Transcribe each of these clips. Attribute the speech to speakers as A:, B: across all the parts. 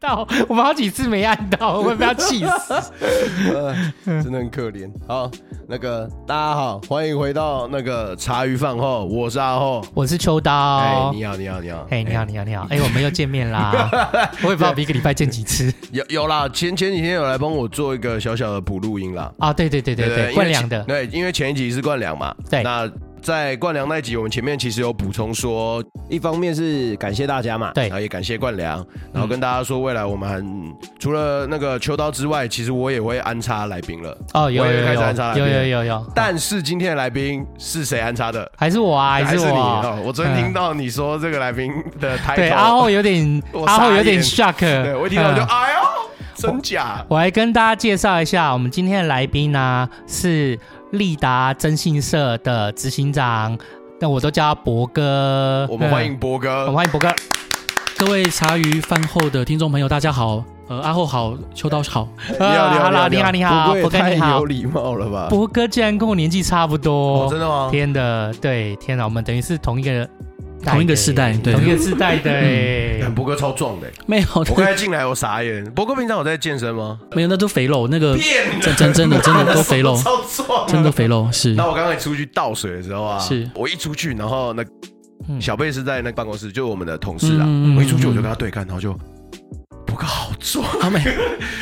A: 到，我们好几次没按到，我不要气死。
B: 呃 真的很可怜。好，那个大家好，欢迎回到那个茶余饭后，我是阿后。
A: 我是秋
B: 哎、
A: 刀。
B: 你好，你好，你好。
A: 嘿，你好，你好，你好！哎，我们又见面啦！我也不知道我们一个礼拜见几次
B: 有有啦，前前几天有来帮我做一个小小的补录音啦。
A: 啊！对对对对对，冠良
B: 因
A: 的，
B: 为前对，因为前一集是冠良嘛。
A: 对
B: 那在冠良那一集，我们前面其实有补充说，一方面是感谢大家嘛，
A: 对嗯
B: 然后也感谢冠良，然后跟大家说，未来我们还除了那个秋刀之外，其实我也会安插来宾了。
A: 哦，有
B: 我
A: 有
B: 也
A: 有
B: 开始安插来
A: 有
B: 宾
A: 有有有，
B: 但是今天的来宾是谁安插的？
A: 还是我啊，
B: 还
A: 还
B: 是
A: 是
B: 你
A: 我
B: 哦
A: 啊！！
B: 我昨天听到你说这个来宾的抬头，
A: 对阿后有点
B: 我，傻
A: 阿后有点
B: 眼
A: shock。
B: 对我一听到我就
A: 嗯
B: 哎呦，真假？
A: 我来跟大家介绍一下，我们今天的来宾呢、是利达征信社的执行长，那我都叫他博哥。
B: 我们欢迎博
A: 哦嗯，我们
B: 哥，
A: 欢迎博哥。
C: 各位茶余饭后的听众朋友，大家好，呃，阿后好，秋刀好，
B: 你好，
A: 哈喽，啊你好，你好，
B: 博
A: 博
B: 哥
A: 哥
B: 也
A: 你
B: 太
A: 好
B: 有。礼貌了吧？
A: 博哥竟然跟我年纪差不多，
B: 哦真的吗？
A: 天的，对，天啊哪，我们等于是同一个代的
C: 同一个世代对
A: 同一个世代的。
B: 哎博哥超壮 的，
C: 没有，
B: 我刚才进来我傻眼。博哥平常有在健身吗？
C: 没有，那都肥肉，
A: 嗯
C: 那个
B: 骗人
C: 真真 真的真的都肥肉，
B: 超壮，
C: 真的。肥肉是
B: 那我刚才出去倒水的时候啊，
C: 是
B: 我一出去，然后那
A: 嗯
B: 小贝是在那办公室，就是我们的同事啊，
C: 嗯嗯嗯
B: 我一出去我就跟他对看，然后就博哥好壮。
C: 啊没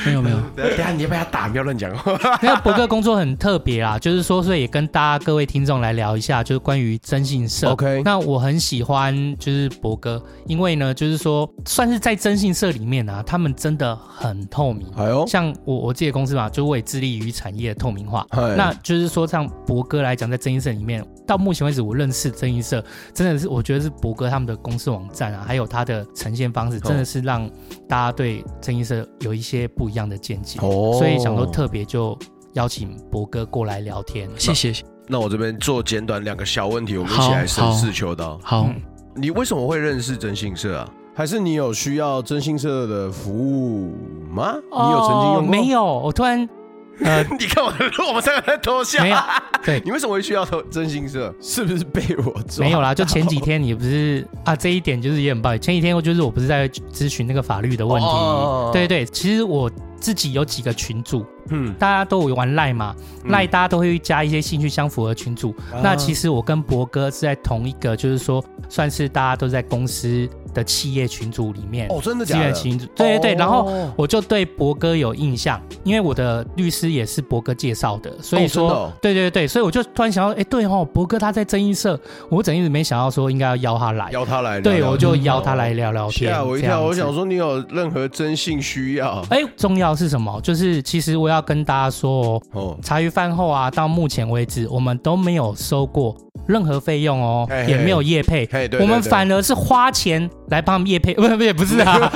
C: 没有没有，
B: 等一下你要被他打，不要乱讲话。
A: 那博哥工作很特别啦，就是说，所以也跟大家各位听众来聊一下，就是关于征信社。
B: OK
A: 那我很喜欢就是博哥，因为呢，就是说算是在征信社里面啊，他们真的很透明。
B: 哎呦，
A: 像我我自己的公司嘛，就我也致力于产业透明化。
B: 嗨
A: 那就是说，像博哥来讲，在征信社里面，到目前为止我认识征信社，真的是我觉得是博哥他们的公司网站啊，还有他的呈现方式，真的是让大家对征信社有一些不一样的见解。
B: 哦
A: 所以想说特别就邀请博哥过来聊天。
C: 谢谢，
B: 那我这边做简短两个小问题，我们一起来深思求道。
C: 好，
B: 你为什么会认识真心社啊？还是你有需要真心社的服务吗？你有曾经用
A: 哦
B: 过？
A: 没。有，我突然 呃
B: 你看我的，我们三个在偷笑。
A: 没有，对。
B: 你为什么会需要投真心社？是不是被我抓？
A: 没有啦，就前 几天你不是啊，这一点就是也很抱歉。前几天就是我不是在咨询那个法律的问题，
B: 哦
A: 对对，其实我自己有几个群组，
B: 嗯，
A: 大家都有玩赖嘛，
B: 嗯啊
A: 赖大家都会加一些兴趣相符的群组。那其
B: 实
A: 实我跟博哥是在同一个，就是说算是大家都在公司的企业群组里面，
B: 哦，真的
A: 资
B: 假
A: 源
B: 的？
A: 群组，对对对，然后
B: 哦
A: 我就对博哥有印象，因为我的律师也是博哥介绍的，所以
B: 哦真
A: 说，
B: 的哦
A: 对对对，所以我就突然想到，哎，对哦，博哥他在争议社，我整一直没想到说应该要邀他来，
B: 邀他来聊聊天，
A: 对我就邀他来聊聊天，
B: 吓我一
A: 这样
B: 跳，
A: 子
B: 我想。说你有任何真性需要
A: 哎，重要是什么？就是其实我要跟大家说哦，
B: 哦？
A: 茶余饭后啊，到目前为止，我们都没有收过任何费用哦，
B: 嘿嘿
A: 也没有业配，
B: 嘿，对，
A: 我们
B: 对对
A: 反而是花钱来 帮他们业配，不不也不是啊，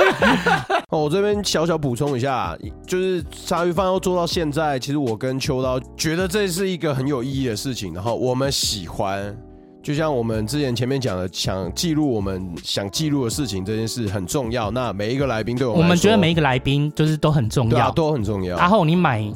B: 哦，我这边小小补充一下，就是鲨鱼饭要做到现在，其实我跟秋刀觉得这是一个很有意义的事情，然后我们喜欢。就像我们之前前面讲的，想记录我们想记录的事情这件事很重要。那每一个来宾对我
A: 我
B: 们来说，
A: 们觉得每一个来宾就是都很重
B: 对啊
A: 要。
B: 都很重要。
A: 然后你买，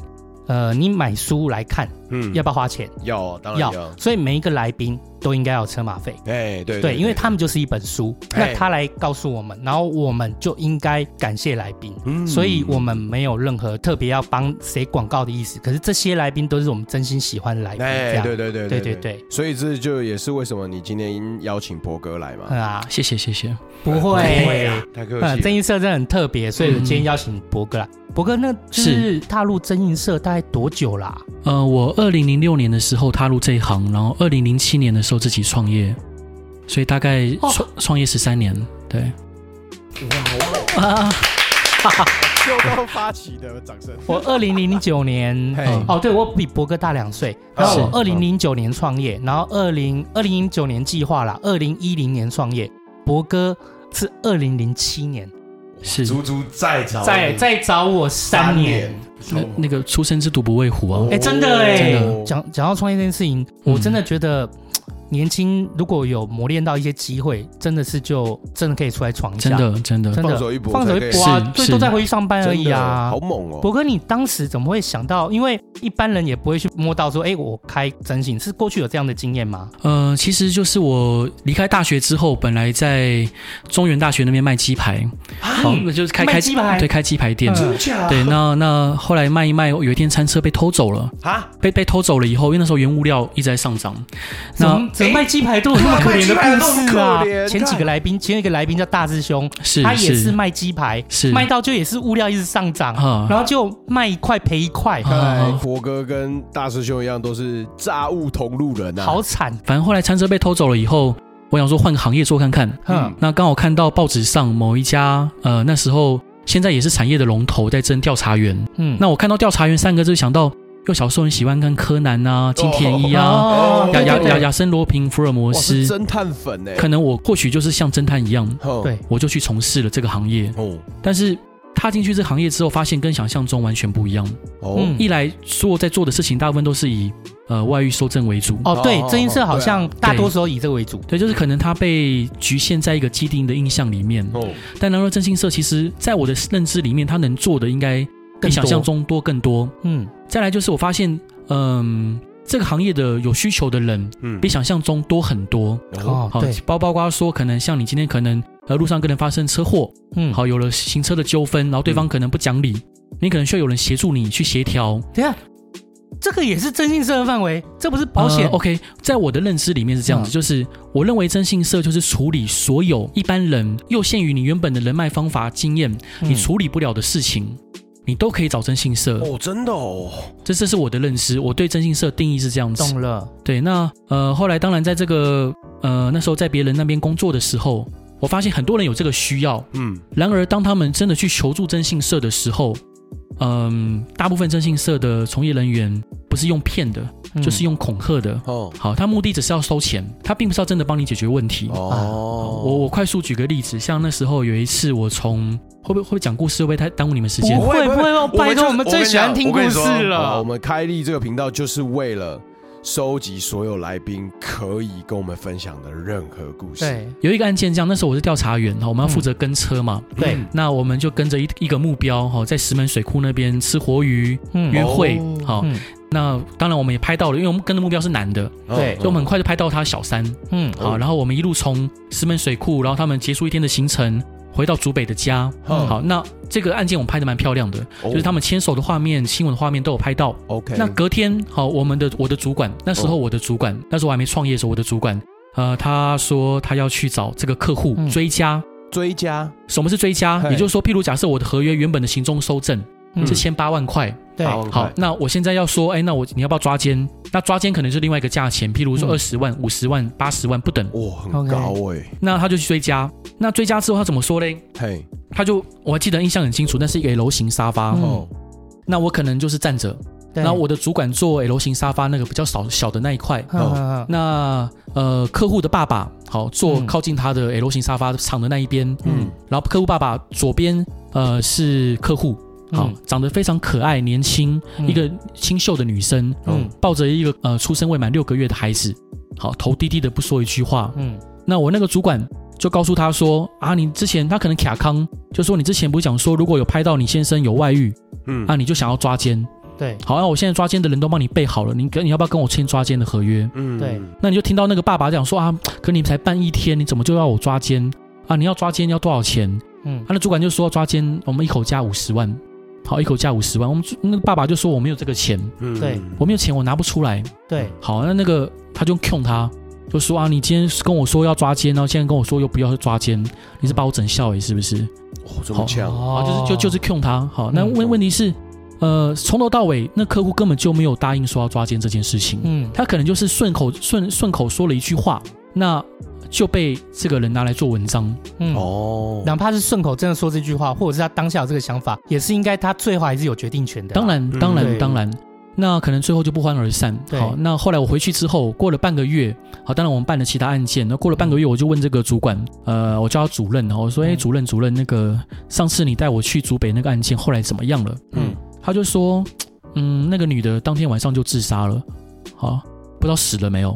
A: 呃，你买书来看，
B: 嗯，
A: 要不要花钱？
B: 要哦当然要。
A: 所以每一个来宾都应该要有车马费。
B: 哎，对
A: 对，因为他们就是一本书，
B: 哎
A: 那他来告诉我们，然后我们就应该感谢来宾，
B: 嗯
A: 所以我们没有任何特别要帮谁广告的意思。可是这些来宾都是我们真心喜欢的来宾，这
B: 哎，
A: 样
B: 对对对
A: 对
B: 对
A: 对对，
B: 所以这就也是为什么你今天邀请博哥来嘛，
A: 嗯啊，
C: 谢谢谢谢，
A: 不会，
B: 太客
A: 嗯，真
B: 气了。
A: 映社真的很特别，所以我今天邀请博哥来。博哥，那就是踏入真映社大概多久啦、
C: 呃，我二零零六年的时候踏入这一行，然后二零零七年的时候自己创业，所以大概
A: 哦
C: 创创业十三年，对，啊，
B: 秋刀发起的掌声。
A: 我二零零九 年
B: 嘿
C: 嗯
A: 哦，对我比博哥大两岁。然后我二零零九年创业，然后二零二零零九年计划啦，二零一零年创业，博哥是二零零七年，
C: 是
B: 足足再找
A: 再再找我三年。，
C: 那那个出生之犊不畏虎啊，
A: 哎，真的
B: 哦
A: 哎
B: 真的，
C: 嗯
A: 讲讲到创业这件事情，我真的觉得。年轻如果有磨练到一些机会，真的是就真的可以出来闯一下，
C: 真的真的
A: 真的
B: 放手一搏
A: 放手
B: 才
A: 一
B: 可以
A: 搏啊，
C: 是
A: 对，
C: 是
A: 都在回去上班而
B: 真
A: 已
B: 的
A: 啊
B: 好。猛哦！
A: 博哥，你当时怎么会想到？因为一般人也不会去摸到说，哎、我开征信是过去有这样的经验吗？
C: 呃，其实就是我离开大学之后，本来在中原大学那边卖鸡排，好、那就是开
A: 嗯卖
C: 开
A: 鸡排
C: 对，开鸡排店。
A: 嗯
B: 假
C: 对，那那后来卖一卖，有一天餐车被偷走了，
B: 啊，
C: 被被偷走了以后，因为那时候原物料一直在上涨，
A: 怎
C: 那
A: 么怎么卖鸡排都有那么可怜的故事啊
B: 卖鸡排都很可！怜
A: 前几个来宾，前一个来宾叫大师兄，
C: 是
A: 他也是卖鸡排，
C: 是
A: 卖到就也是物料一直上涨，
C: 啊
A: 然后就卖一块赔一块，
C: 啊
B: 看来
C: 啊
B: 博哥跟大师兄一样，都是炸物同路人啊。
A: 好惨。
C: 反正后来餐车被偷走了以后，我想说换个行业做看看。
A: 哼，
C: 那刚好看到报纸上某一家，呃，那时候现在也是产业的龙头，在争调查员。
A: 嗯，
C: 那我看到调查员三个字，想到又小时候很喜欢看柯南啊、金田 一啊、
A: 哦
C: 亚
A: 对
C: 亚
A: 对对
C: 亚亚森罗平、福尔摩
B: 我是
C: 斯，
B: 侦探粉哎，
C: 可能我或许就是像侦探一样，
B: 哦
A: 对
C: 我就去从事了这个行业。
B: 哦
C: 但是踏进去这个行业之后，发现跟想象中完全不一样。
B: 哦
A: 嗯
C: 一来做在做的事情，大部分都是以呃外遇收证为主。
A: 哦，对
B: 哦，
A: 真音社好像大
C: 对
A: 多时候以这个为主。
C: 对，就是可能他被局限在一个既定的印象里面，
B: 哦，
C: 但然而真心社其实在我的认知里面，他能做的应该比
A: 更
C: 想
A: 多
C: 象中多更多。
A: 嗯，
C: 再来就是我发现，嗯，这个行业的有需求的人
B: 嗯
C: 比想象中多很多。
A: 哦，
C: 好
A: 对，，
C: 包包括说，可能像你今天可能呃路上跟人发生车祸，
A: 嗯，
C: 好有了行车的纠纷，然后对方可能不讲理，你可能需要有人协助你去协调。
A: 等一下，这个也是征信社的范围，这不是保险
C: 呃 OK，在我的认知里面是这样子，
A: 嗯
C: 就是我认为征信社就是处理所有一般人又限于你原本的人脉方法经验，你
A: 嗯
C: 处理不了的事情，你都可以找征信社。
B: 哦，真的哦，
C: 这这是我的认知，我对征信社定义是这样子。
A: 懂了，
C: 对，那呃后来当然在这个呃那时候在别人那边工作的时候，我发现很多人有这个需要，
B: 嗯，
C: 然而当他们真的去求助征信社的时候。嗯，大部分征信社的从业人员不是用骗的，
A: 嗯
C: 就是用恐吓的，
B: 哦
C: 好，他目的只是要收钱，他并不是要真的帮你解决问题。
B: 哦，
C: 我我快速举个例子，像那时候有一次我从会不会会不会讲故事会不会太耽误你们时间
A: 不？会
B: 不会
A: 不会，
B: 就
A: 拜托，我们最喜欢听故
B: 我跟
A: 事
B: 你说哦好我
A: 了。
B: 们开立这个频道就是为了收集所有来宾可以跟我们分享的任何故事。
A: 对
C: 有一个案件这样，那时候我是调查员，哈，我们要负责跟车嘛，
A: 对，
B: 嗯
C: 那我们就跟着一一个目标，哈，在石门水库那边吃活鱼
A: 嗯
C: 约会，好，
A: 嗯
C: 那当然我们也拍到了，因为我们跟的目标是男的，
B: 哦，
A: 对
C: 所以我们很快就拍到他小三，
A: 嗯
C: 好，然后我们一路从石门水库，然后他们结束一天的行程，回到竹北的家，
B: 嗯
C: 好，那这个案件我们拍的蛮漂亮的，
B: 哦
C: 就是他们牵手的画面、亲吻的画面都有拍到。
B: OK，
C: 那隔天，好，我们的我的主管，那时候
B: 哦
C: 我的主管，那时候我还没创业的时候，我的主管，呃，他说他要去找这个客户
A: 嗯
C: 追加。
B: 追加
C: 什么是追加？
B: 嘿
C: 也就是说，譬如假设我的合约原本的行踪收证
A: 嗯
C: 是千八万块，
A: 对，
B: 好很快
C: 好，那我现在要说，哎，那我你要不要抓奸？那抓奸可能是另外一个价钱，譬如说
A: 嗯
C: 二十万、五十万、八十万不等。
B: 哇，很
A: OK
B: 高哎，
C: 那他就去追加，那追加之后他怎么说嘞？
B: 嘿，
C: 他就我还记得印象很清楚，那是一个 L 型沙发，
A: 嗯
B: 哦，
C: 那我可能就是站着，
A: 对
C: 然后我的主管坐 L 型沙发那个比较少小的那一块，
A: 哼哼哼
C: 那呃客户的爸爸好坐
A: 嗯
C: 靠近他的 L 型沙发长的那一边，
B: 嗯，
C: 然后客户爸爸左边呃是客户，好、
A: 嗯
C: 长得非常可爱年轻，
A: 嗯
C: 一个清秀的女生，
A: 嗯
C: 抱着一个呃出生未满六个月的孩子，好头低低的不说一句话，
A: 嗯
C: 那我那个主管就告诉他说啊你之前他可能卡康，就说你之前不是讲说如果有拍到你先生有外遇，
B: 嗯
C: 啊，你就想要抓奸。
A: 对
C: 好，那我现在抓奸的人都帮你备好了，你跟你要不要跟我签抓奸的合约？
B: 嗯
A: 对
C: 那你就听到那个爸爸讲说啊，可你才办一天，你怎么就要我抓奸啊？你要抓奸要多少钱？
A: 嗯
C: 他的主管就说抓奸我们一口价五十万，好，一口价五十万。我们主那个爸爸就说我没有这个钱，
B: 嗯
A: 对
C: 我没有钱，我拿不出来。
A: 对
C: 好，那那个他就控他，就说啊，你今天跟我说要抓奸，然后现在跟我说又不要抓奸，你是把我整笑欸诶，是不是？
B: 哦这么强，
C: 啊，
A: 哦
C: 就是就就是 Q 他。好，那
A: 嗯
C: 问问题是，呃，从头到尾，那客户根本就没有答应说要抓奸这件事情，
A: 嗯
C: 他可能就是顺口顺顺口说了一句话，那就被这个人拿来做文章。
A: 嗯
B: 哦，
A: 哪怕是顺口真的说这句话，或者是他当下有这个想法，也是应该他最后还是有决定权的啊。
C: 当然，
B: 嗯
C: 当然，
A: 对
C: 当然。那可能最后就不欢而散。
A: 对
C: 好，那后来我回去之后，过了半个月，好，当然我们办了其他案件。那过了半个月，我就问这个主管，呃，我叫他主任，哦我说，哎、
A: 嗯
C: 主任，主任，那个上次你带我去竹北那个案件，后来怎么样了？
B: 嗯
C: 他就说，嗯，那个女的当天晚上就自杀了，好，不知道死了没有。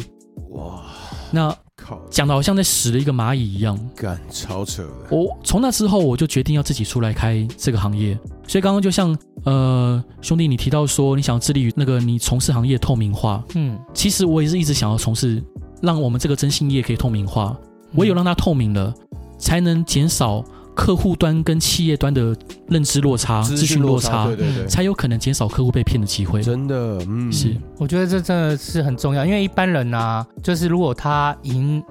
B: 哇，
C: 那
B: 靠，
C: 讲的好像在死了一个蚂蚁一样。
B: 干超扯的，
C: 我从那之后我就决定要自己出来开这个行业，所以刚刚就像呃兄弟你提到说你想要致力于那个你从事行业透明化，
A: 嗯，
C: 其实我也是一直想要从事让我们这个征信业可以透明化，唯有让它透明了，才能减少客户端跟企业端的认知落差、资讯落差，
B: 对对对，
C: 才有可能减少客户被骗的机会。
B: 真的，嗯，
C: 是
A: 我觉得这真的是很重要，因为一般人啊，就是如果他赢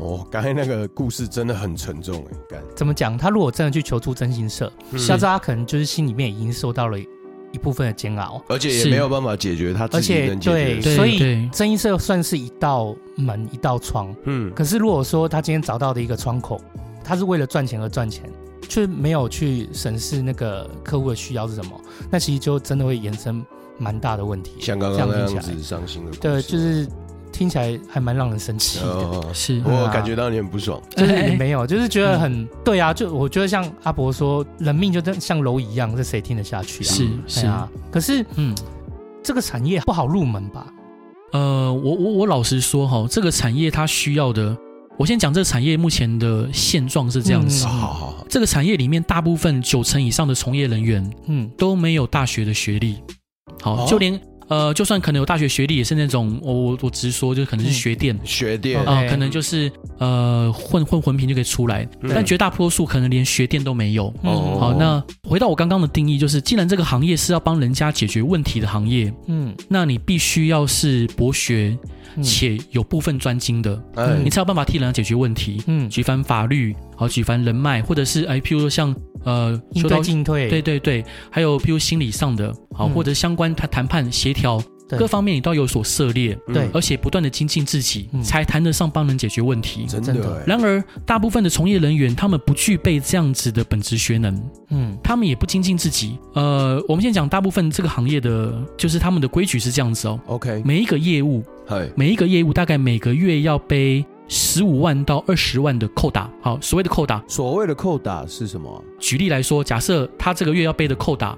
B: 哦，刚才那个故事真的很沉重哎，干，嗯
A: 怎么讲，他如果真的去求助征信社，
C: 嗯
A: 下次他可能就是心里面已经受到了一部分的煎熬，
B: 而且也
C: 是
B: 没有办法解决他自
A: 而
B: 己
A: 且
B: 能解决的
A: 对，
B: 事，
C: 对
A: 所以
C: 对
A: 征信社算是一道门一道窗。
B: 嗯，
A: 可是如果说他今天找到的一个窗口，他是为了赚钱而赚钱，却没有去审视那个客户的需要是什么，那其实就真的会衍生蛮大的问题。
B: 像刚刚
A: 这
B: 那
A: 样听
B: 样
A: 起来
B: 子伤心的故事，
A: 对，就是听起来还蛮让人生气的。啊
B: 哦，
C: 是，
B: 我感觉到你很不爽，
A: 就是也没有，就是觉得
C: 嗯
A: 很对啊，就我觉得像阿伯说，人命就真像蝼蚁一样，这谁听得下去啊？
C: 是
A: 哎
C: 是，
A: 呀，可是
C: 嗯，
A: 这个产业不好入门吧？
C: 呃，我我我老实说哈，这个产业它需要的，我先讲这个产业目前的现状是这样
A: 嗯
C: 子。
B: 哦好好好，
C: 这个产业里面，大部分九成以上的从业人员
A: 嗯，
C: 都没有大学的学历。好，
B: 哦
C: 就连呃，就算可能有大学学历，也是那种我我我直说，就可
B: 嗯
C: 能是学电
B: 学店
A: 哦
C: 啊、
A: 对
C: 可能就是呃混混混凭就可以出来，
B: 嗯
C: 但绝大多数可能连学电都没有。
A: 嗯
B: 哦
C: 好，那回到我刚刚的定义，就是既然这个行业是要帮人家解决问题的行业，
A: 嗯
C: 那你必须要是博学
A: 嗯
C: 且有部分专精的，
B: 哎
C: 你才有办法替人家解决问题，
A: 嗯，
C: 举凡法律，好举凡人脉，或者是哎，譬如说像呃
A: 应
C: 修
A: 对
C: 道
A: 进退，
C: 对对对，还有譬如心理上的，好、
A: 嗯
C: 或者相关谈谈判协调
A: 对
C: 各方面，你都要有所涉猎，
B: 嗯
A: 对
C: 而且不断的精进自己，
A: 嗯
C: 才谈得上帮人解决问题。
B: 真
A: 真
B: 的
A: 的
B: 哎，
C: 然而，大部分的从业人员他们不具备这样子的本职学能，
A: 嗯
C: 他们也不精进自己。呃，我们先讲大部分这个行业的，就是他们的规矩是这样子哦，
B: OK，
C: 每一个业务，
B: 嗨，
C: 每一个业务大概每个月要背十五万到二十万的扣打。好，所谓的扣打，
B: 所谓的扣打是什么啊？
C: 举例来说，假设他这个月要背的扣打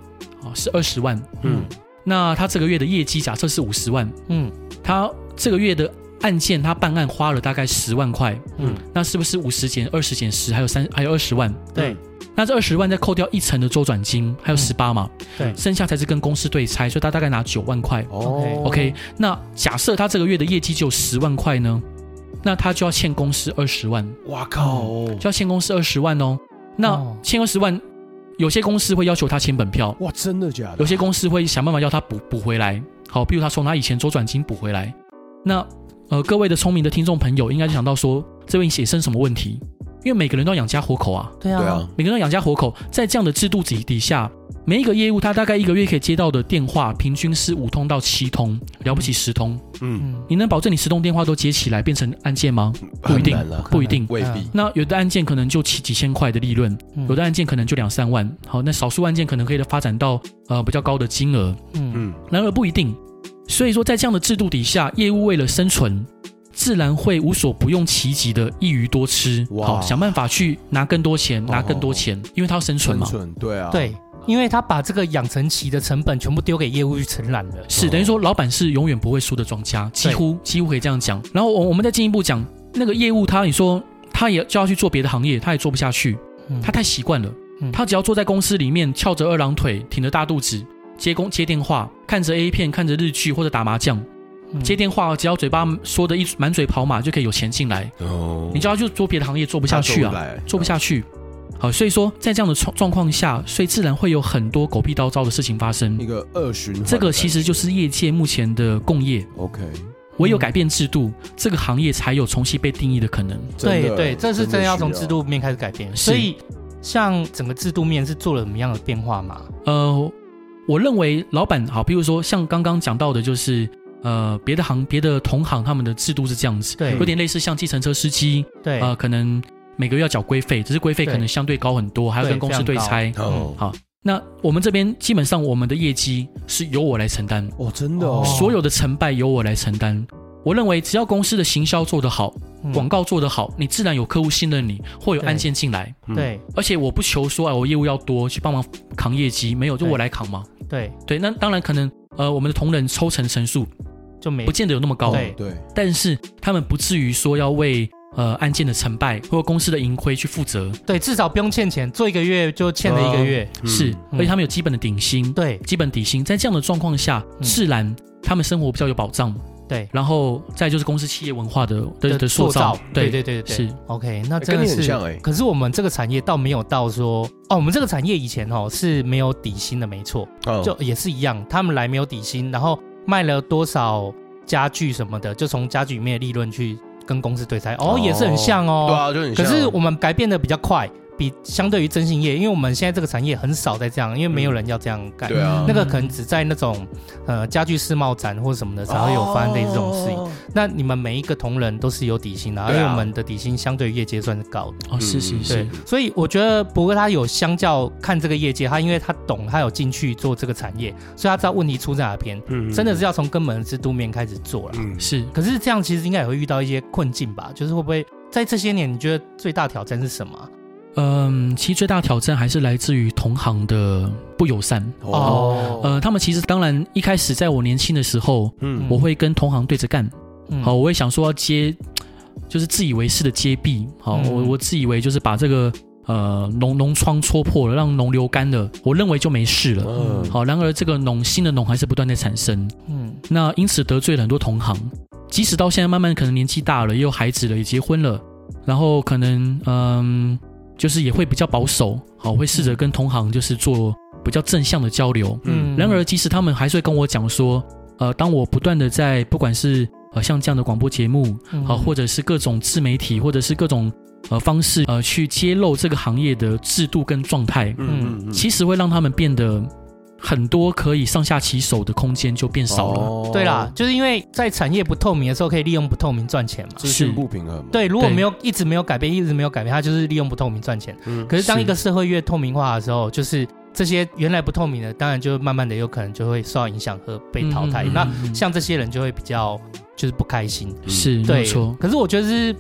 C: 啊是二十万，
B: 嗯
A: 嗯
C: 那他这个月的业绩假设是五十万，
A: 嗯
C: 他这个月的案件他办案花了大概十万块，
A: 嗯，
C: 那是不是五十减二十减十还有三还有二十万？
A: 对
C: 那这二十万再扣掉一成的周转金，还有十八嘛，
A: 对
C: 剩下才是跟公司对拆，所以他大概拿九万块。
B: 哦
C: OK，那假设他这个月的业绩只有十万块呢，那他就要欠公司二十万，
B: 哇靠，
C: 就要欠公司二十万哦。那
A: 哦
C: 欠二十万，有些公司会要求他签本票，
B: 哇，真的假的？
C: 有些公司会想办法要他补补回来。好，比如他从他以前周转金补回来。那呃，各位的聪明的听众朋友应该就想到说，这位衍生什么问题？因为每个人都要养家活口啊，
A: 对
B: 对
A: 啊
B: 啊，，
C: 每个人都要养家活口，在这样的制度底底下，每一个业务他大概一个月可以接到的电话，平均是五通到七通，了不起十通。
B: 嗯，
A: 嗯
C: 你能保证你十通电话都接起来变成案件吗？不一
B: 很
C: 定
B: 难啊了，
C: 不一定。
B: 未必。
C: 那有的案件可能就几几千块的利润，
A: 嗯
C: 有的案件可能就两三万。好，那少数案件可能可以发展到呃比较高的金额。
A: 嗯
B: 嗯，
C: 然而不一定。所以说，在这样的制度底下，业务为了生存，自然会无所不用其极的一鱼多吃，
B: 哇哦
C: 好想办法去拿更多钱，拿更多钱，因为他要生
B: 生
C: 存嘛。
B: 存对啊，
A: 对，因为他把这个养成期的成本全部丢给业务去承揽了。
C: 是
B: 哦
C: 等于说，老板是永远不会输的庄家，几乎几乎可以这样讲。然后我我们再进一步讲，那个业务他你说他也就要去做别的行业，他也做不下去，
A: 嗯
C: 他太习惯了。
A: 嗯
C: 他只要坐在公司里面，翘着二郎腿，挺着大肚子，接工接电话，看着 A 片，看着日剧或者打麻将，
A: 嗯
C: 接电话，只要嘴巴说的一满嘴跑马就可以有钱进来，
B: 哦，
C: 你就要去做别的行业，做不下去啊，
B: 啊
C: 做不下去。好，所以说在这样的状状况下，所以自然会有很多狗屁叨招的事情发生
B: 一。个二循环的感觉。
C: 这个其实就是业界目前的共业，
B: OK，
C: 唯有改变制度，这个行业才有重新被定义的可能。
B: 真
A: 对
B: 的
A: 对，这是真的要从
B: 需
A: 制度面开始改变。
C: 是
A: 所以，像整个制度面是做了什么样的变化嘛？
C: 呃，我认为老板好，比如说像刚刚讲到的，就是呃别的行别的同行他们的制度是这样子，
A: 对
C: 有点类似像计程车司机，
A: 对，
C: 呃，可能每个月要缴规费，只是规费
A: 对
C: 可能相对高很多，还要
A: 对
C: 跟公司对拆
A: 非常。高
B: 哦
C: 好，那我们这边基本上我们的业绩是由我来承担，
B: 哦，真的哦，
A: 哦
C: 所有的成败由我来承担。我认为只要公司的行销做得好，
A: 嗯
C: 广告做得好，你自然有客户信任你，会有
A: 对
C: 案件进来。
B: 嗯，
A: 对
C: 而且我不求说，哎，我业务要多去帮忙扛业绩，没有，就
A: 对
C: 我来扛嘛。
A: 对
C: 对，那当然可能，呃，我们的同仁抽成成数
A: 就没
C: 不见得有那么高，
A: 对
B: 哦对，
C: 但是他们不至于说要为呃案件的成败或公司的盈亏去负责，
A: 对，至少不用欠钱，做一个月就欠了一个月。
B: 嗯
C: 是，
A: 嗯
C: 而且他们有基本的顶薪，
A: 对
C: 基本底薪，在这样的状况下，
A: 嗯
C: 自然他们生活比较有保障，
A: 对
C: 然后再就是公司企业文化的的的塑造，
A: 对对对对
C: 是
A: OK，那
B: 欸
A: 真
B: 跟
A: 的
B: 你很
A: 是。
B: 像哎，
A: 可是我们这个产业倒没有到说，哦，我们这个产业以前哦是没有底薪的，没错，
B: 嗯
A: 就也是一样，他们来没有底薪，然后卖了多少家具什么的，就从家具里面的利润去跟公司对拆，哦，也是很像哦。
B: 对啊，就很
A: 可
B: 像。
A: 是我们改变的比较快，比相对于征信业，因为我们现在这个产业很少在这样，因为没有人要这样干。
B: 对啊
A: 那个可能只在那种呃家具世贸展或什么的才会有发生类似这种事情。
B: 哦
A: 那你们每一个同仁都是有底薪的、而
B: 对啊
A: 且我们的底薪相对于业界算是高的。
C: 哦，是是
B: 嗯
C: 是
A: 对，，所以我觉得博哥他有相较看这个业界，他因为他懂，他有进去做这个产业，所以他知道问题出在哪边，
B: 嗯
A: 真的是要从根本的制度面开始做了。
B: 嗯
C: 是
A: 可是这样其实应该也会遇到一些困境吧？就是会不会在这些年，你觉得最大挑战是什么啊？
C: 嗯，其实最大挑战还是来自于同行的不友善。
B: 哦，
C: 呃，他们其实当然一开始在我年轻的时候，
B: 嗯
C: 我会跟同行对着干，
A: 嗯
C: 好，我会想说要接，就是自以为是的接臂，好，
A: 嗯
C: 我我自以为就是把这个呃脓脓疮戳破了，让脓流干了，我认为就没事了。
B: 嗯
C: 好，然而这个脓新的脓还是不断的产生，
A: 嗯
C: 那因此得罪了很多同行，即使到现在慢慢可能年纪大了，也有孩子了，也结婚了，然后可能嗯，就是也会比较保守，好，会
A: 嗯
C: 试着跟同行就是做比较正向的交流，
B: 嗯
C: 然而，即使他们还是会跟我讲说，呃，当我不断的在不管是呃像这样的广播节目，
A: 嗯
C: 好、或者是各种自媒体，或者是各种呃方式，呃，去揭露这个行业的制度跟状态，
B: 嗯
C: 其实会让他们变得很多可以上下其手的空间就变少了。
B: 了
A: 对啦，，就是因为在产业不透明的时候，可以利用不透明赚钱嘛。
B: 资讯不平衡嘛，
A: 对，如果
C: 对
A: 没有一直没有改变，一直没有改变，它就是利用不透明赚钱。
B: 嗯
A: 可是当
C: 是
A: 一个社会越透明化的时候，就是这些原来不透明的，当然就慢慢的有可能就会受到影响和被淘汰。
C: 嗯嗯嗯
A: 那
C: 嗯嗯
A: 像这些人就会比较就是不开心。
B: 嗯
C: 是，没
A: 对
C: 有错，，
A: 可是我觉得是。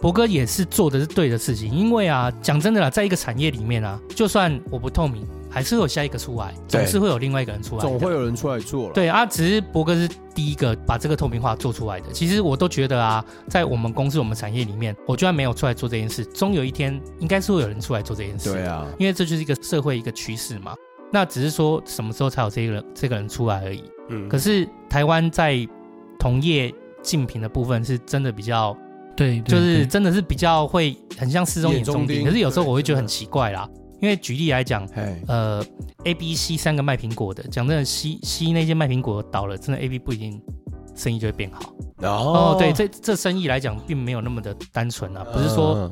A: 博哥也是做的是对的事情，因为啊，讲真的啦，在一个产业里面啊，就算我不透明，还是会有下一个出来，总
B: 对
A: 是会有另外一个人出来的，
B: 总会有人出来做了。，
A: 对啊，只是博哥是第一个把这个透明化做出来的。其实我都觉得啊，在我们公司、我们产业里面，我就算没有出来做这件事，终有一天应该是会有人出来做这件事。
B: 对，啊，
A: 因为这就是一个社会一个趋势嘛。那只是说什么时候才有这个人这个人出来而已。
B: 嗯
A: 可是台湾在同业竞品的部分是真的比较，
C: 对，对
A: 就是
C: 对
A: 真的是比较会很像失踪眼中
B: 眼中
A: 钉。
B: 钉
A: 可是有时候
B: 对
A: 我会觉得很
B: 真的
A: 奇怪啦，因为举例来讲，
B: 哎，
A: 呃，A、B、C 三个卖苹果的，讲真的，C C 那些卖苹果倒了，真的 A、B 不一定生意就会变好。
B: 然后
A: 哦，对，这这生意来讲，并没有那么的单纯
B: 嗯
A: 啊，不是说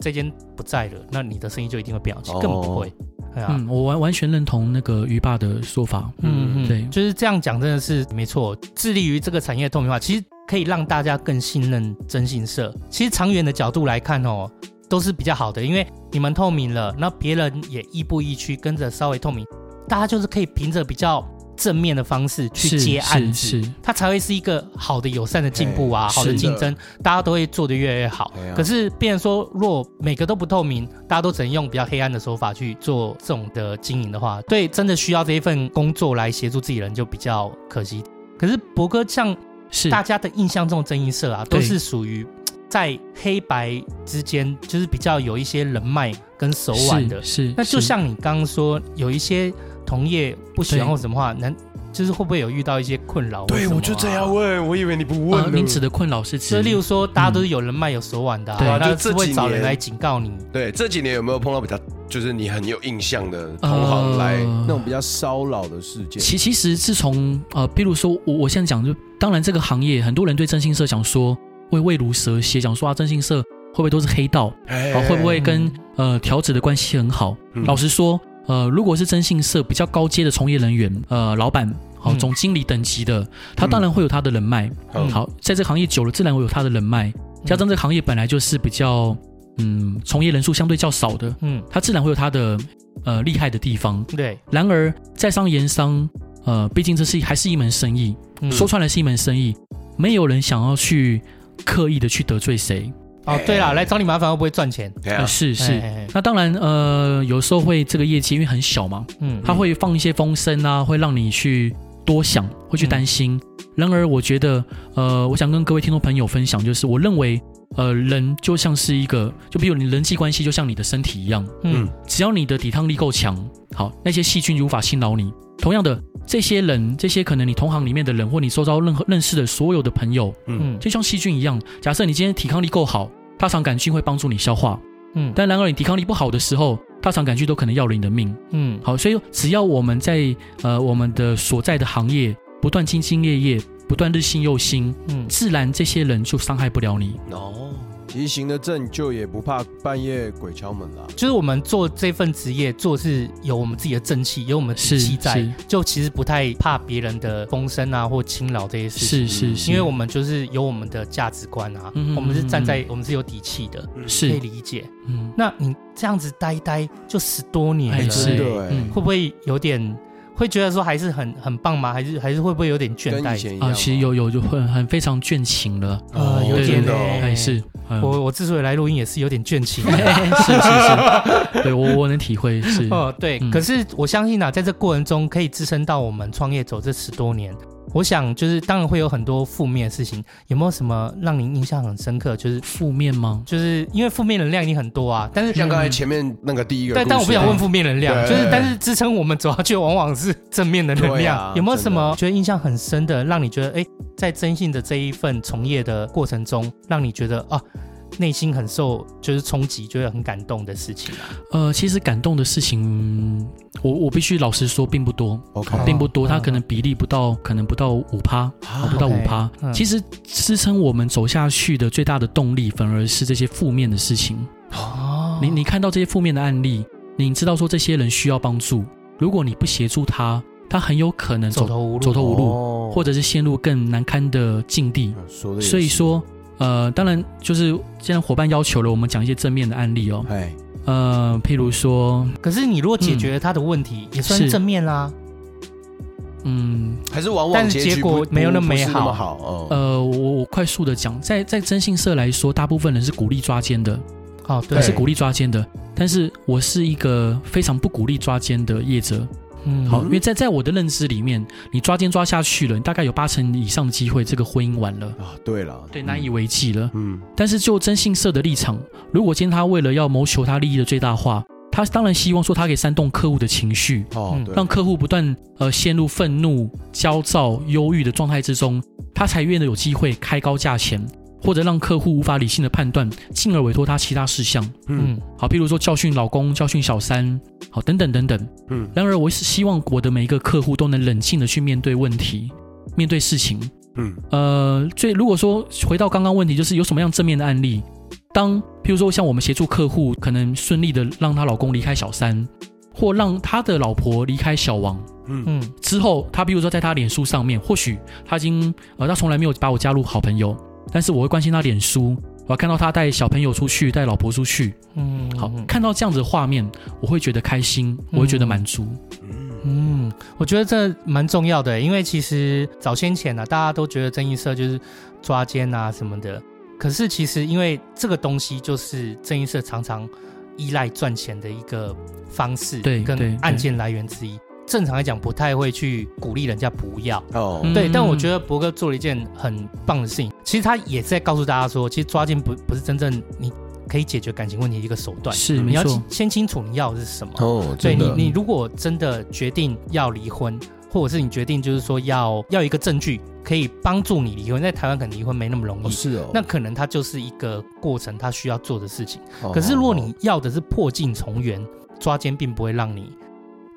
A: 这间不在了，那你的生意就一定会变好，其实根本不会。对啊，
C: 嗯，我完完全认同那个鱼爸的说法。
A: 嗯嗯，
C: 对
A: 就是这样讲，真的是没错。致力于这个产业透明化，其实可以让大家更信任征信社。其实长远的角度来看哦，都是比较好的，因为你们透明了，那别人也亦步亦趋，跟着稍微透明，大家就是可以凭着比较正面的方式去
C: 是
A: 接案
C: 是
A: 子。
C: 是
A: 它才会是一个好的、友善的进步啊，
C: 嘿
A: 好的
C: 是
A: 竞
B: 的
A: 争，大家都会做得越来越好
B: 哎呀。
A: 可是，变成说，若每个都不透明，大家都只能用比较黑暗的手法去做这种的经营的话，对真的需要这一份工作来协助自己人就比较可惜。可是博哥，像
C: 是，
A: 大家的印象中的正义社啊，都
C: 对
A: 是属于在黑白之间，就是比较有一些人脉跟手腕的
C: 是。是，
A: 那就是像你刚刚说，有一些同业不喜欢
C: 对
A: 或什么话，能就是会不会有遇到一些困扰或什么啊？
B: 对我就这样问，我以为你不
C: 呃，
B: 问呢。
C: 您指的困扰是
A: 就
C: 指，
A: 例如说，大家都是有人脉、有手腕的、啊，
C: 对
A: 那
B: 就这
A: 是会
B: 几
A: 找人
B: 年
A: 来警告你。
B: 对，这几年有没有碰到比较就是你很有印象的同行来
C: 呃
B: 那种比较骚扰的事件？
C: 其其实自从呃，比如说我我现在讲，就当然这个行业很多人对征信社讲说会畏如蛇蝎，讲说啊征信社会不会都是黑道，
B: 哎
C: 啊、会不会跟
A: 嗯
C: 呃调子的关系很好？
B: 嗯
C: 老实说，呃，如果是征信社比较高阶的从业人员，呃，老板。好，
A: 嗯
C: 总经理等级的，他当然会有他的人脉。
A: 嗯
C: 好，在这个行业久了，自然会有他的人脉。加上这个行业本来就是比较，嗯，从业人数相对较少的，
A: 嗯，
C: 他自然会有他的呃厉害的地方。
A: 对，
C: 然而，在商言商，呃，毕竟这是还是一门生意，
A: 嗯
C: 说穿了是一门生意，没有人想要去刻意的去得罪谁，
A: 哦，对啦，来找你麻烦会不会赚钱？
B: 对
C: 呃、
B: 啊，
C: 是哎是。
A: 哎哎哎
C: 那当然，呃，有时候会这个业绩因为很小嘛，
A: 嗯，
C: 它会放一些风声啊，会让你去多想，会去担心。然而，我觉得，呃，我想跟各位听众朋友分享，就是我认为，呃，人就像是一个，就比如你人际关系就像你的身体一样，
A: 嗯
C: 只要你的抵抗力够强，好，那些细菌就无法侵扰你。同样的，这些人，这些可能你同行里面的人，或你周遭任何认识的所有的朋友，
A: 嗯
C: 就像细菌一样，假设你今天抵抗力够好，大肠杆菌会帮助你消化，
A: 嗯
C: 但然而你抵抗力不好的时候，大肠杆菌都可能要了你的命。
A: 嗯
C: 好，所以只要我们在呃我们的所在的行业不断兢兢业业，不断日新又新，
A: 嗯
C: 自然这些人就伤害不了你。
B: 哦，其实行得正就也不怕半夜鬼敲门啦。
A: 就是我们做这份职业，做是有我们自己的正气，有我们的底
C: 是
A: 气在
C: 是，
A: 就其实不太怕别人的风声啊或侵扰这些事情，
C: 是是是，
A: 因为我们就是有我们的价值观啊，
C: 嗯嗯
A: 我们是站在
C: 嗯
A: 我们是有底气的，可以
C: 是
A: 理解。
C: 嗯
A: 那你这样子待一待就十多年了、
C: 哎是
B: 真
A: 哎
B: 的哎，
C: 嗯
A: 会不会有点会觉得说还是很很棒吗？还是还是会不会有点倦
B: 跟以
A: 怠？
B: 前一样
C: 啊，
B: 吗。
C: 其实有有就会很非常倦情了，
A: 呃有
C: 对
A: 点
C: 对
A: 欸
C: 还哦是嗯
A: 我我之所以来录音也是有点倦情。
C: 是是 是，对我我能体会是
A: 哦，对，
C: 嗯
A: 可是我相信啊，在这过程中可以支撑到我们创业走这十多年。我想就是当然会有很多负面的事情，有没有什么让您印象很深刻？就是
C: 负面吗？
A: 就是因为负面能量已经很多啊，但是
B: 像刚才前面那个第一个故事，嗯
A: 但但我不想问负面能量，
B: 对
A: 就是但是支撑我们走下去往往是正面的能
B: 对
A: 量。
B: 啊
A: 有没有什么觉得印象很深的，让你觉得哎，在征信的这一份从业的过程中，让你觉得啊，内心很受就是冲击，觉得很感动的事情啊？
C: 呃，其实感动的事情，嗯我我必须老实说，并不多，
B: OK，
A: 哦
C: 并不多，它
A: 嗯
C: 可能比例不到，可能不到五趴，
B: 啊
C: 不到五
A: OK，
C: 趴
A: 嗯。
C: 其实支撑我们走下去的最大的动力，反而是这些负面的事情。
A: 哦
C: 你你看到这些负面的案例，你知道说这些人需要帮助，如果你不协助他，他很有可能
A: 走
C: 走
A: 投无路，
C: 走投无路，
B: 路
C: 或
B: 者
C: 者是陷入更难堪的境地。
B: 说的，
C: 所以，说，呃，当然就是既然伙伴要求了，我们讲一些正面的案例哦，
B: 哎，
C: 呃，譬如说，
A: 可是你如果解决了他的问题，也算是
C: 嗯是
A: 正面啦。
C: 嗯，
B: 还是往往
A: 但是
B: 结局
A: 结果
B: 不
A: 没有那么
B: 不是
A: 美
B: 那
A: 好
B: 么好，哦
C: 呃，我我快速的讲，在在征信社来说，大部分人是鼓励抓奸的，
A: 哦，对，
C: 我是鼓励抓奸的，但是我是一个非常不鼓励抓奸的业者。
A: 嗯
C: 好，因为在在我的认知里面，你抓奸抓下去了，你大概有八成以上的机会，这个婚姻完了，
A: 呃
B: 啊，对了，
C: 对，难以为继了。
B: 嗯，
C: 但是就征信社的立场，如果今天他为了要谋求他利益的最大化，他当然希望说他可以煽动客户的情绪，
B: 嗯，哦
A: 嗯，
B: 对，
C: 让客户不断呃陷入愤怒、焦躁、忧郁的状态之中，他才越得有机会开高价钱，或者让客户无法理性的判断，进而委托他其他事项。
B: 嗯
A: 嗯
C: 好，譬如说教训老公、教训小三，好等等等等。
B: 嗯，
C: 然而，我是希望我的每一个客户都能冷静的去面对问题，面对事情。
B: 嗯，
C: 呃，所以如果说回到刚刚问题，就是有什么样正面的案例？当譬如说像我们协助客户，可能顺利的让她老公离开小三，或让她的老婆离开小王，
B: 嗯，
A: 嗯
C: 之后，他比如说在他脸书上面，或许他已经呃，他从来没有把我加入好朋友，但是我会关心他脸书，我要看到他带小朋友出去，带老婆出去，
A: 嗯，
C: 好，看到这样子的画面，我会觉得开心，我会觉得满足。
B: 嗯，
A: 嗯，我觉得这蛮重要的，因为其实早先前呢、啊，大家都觉得正义社就是抓奸啊什么的，可是其实因为这个东西就是正义社常常依赖赚钱的一个方式，
C: 对对
A: 跟
C: 对
A: 案件来源之一。正常来讲，不太会去鼓励人家不要，
B: 哦，
C: 嗯
A: 对，但我觉得博哥做了一件很棒的事情，其实他也在告诉大家说，其实抓奸不不是真正你可以解决感情问题的一个手段，
C: 是
A: 你
C: 没
A: 要
C: 错，
A: 先清楚你要的是什么。
B: 哦，
A: 对
B: 真
A: 你
B: 的，，
A: 你如果真的决定要离婚，或者是你决定就是说要要一个证据可以帮助你离婚，在台湾可能离婚没那么容易
B: 哦，，是哦，
A: 那可能它就是一个过程，它需要做的事情。
B: 哦
A: 可是如果
B: 哦
A: 你要的是破镜重圆，抓奸并不会让你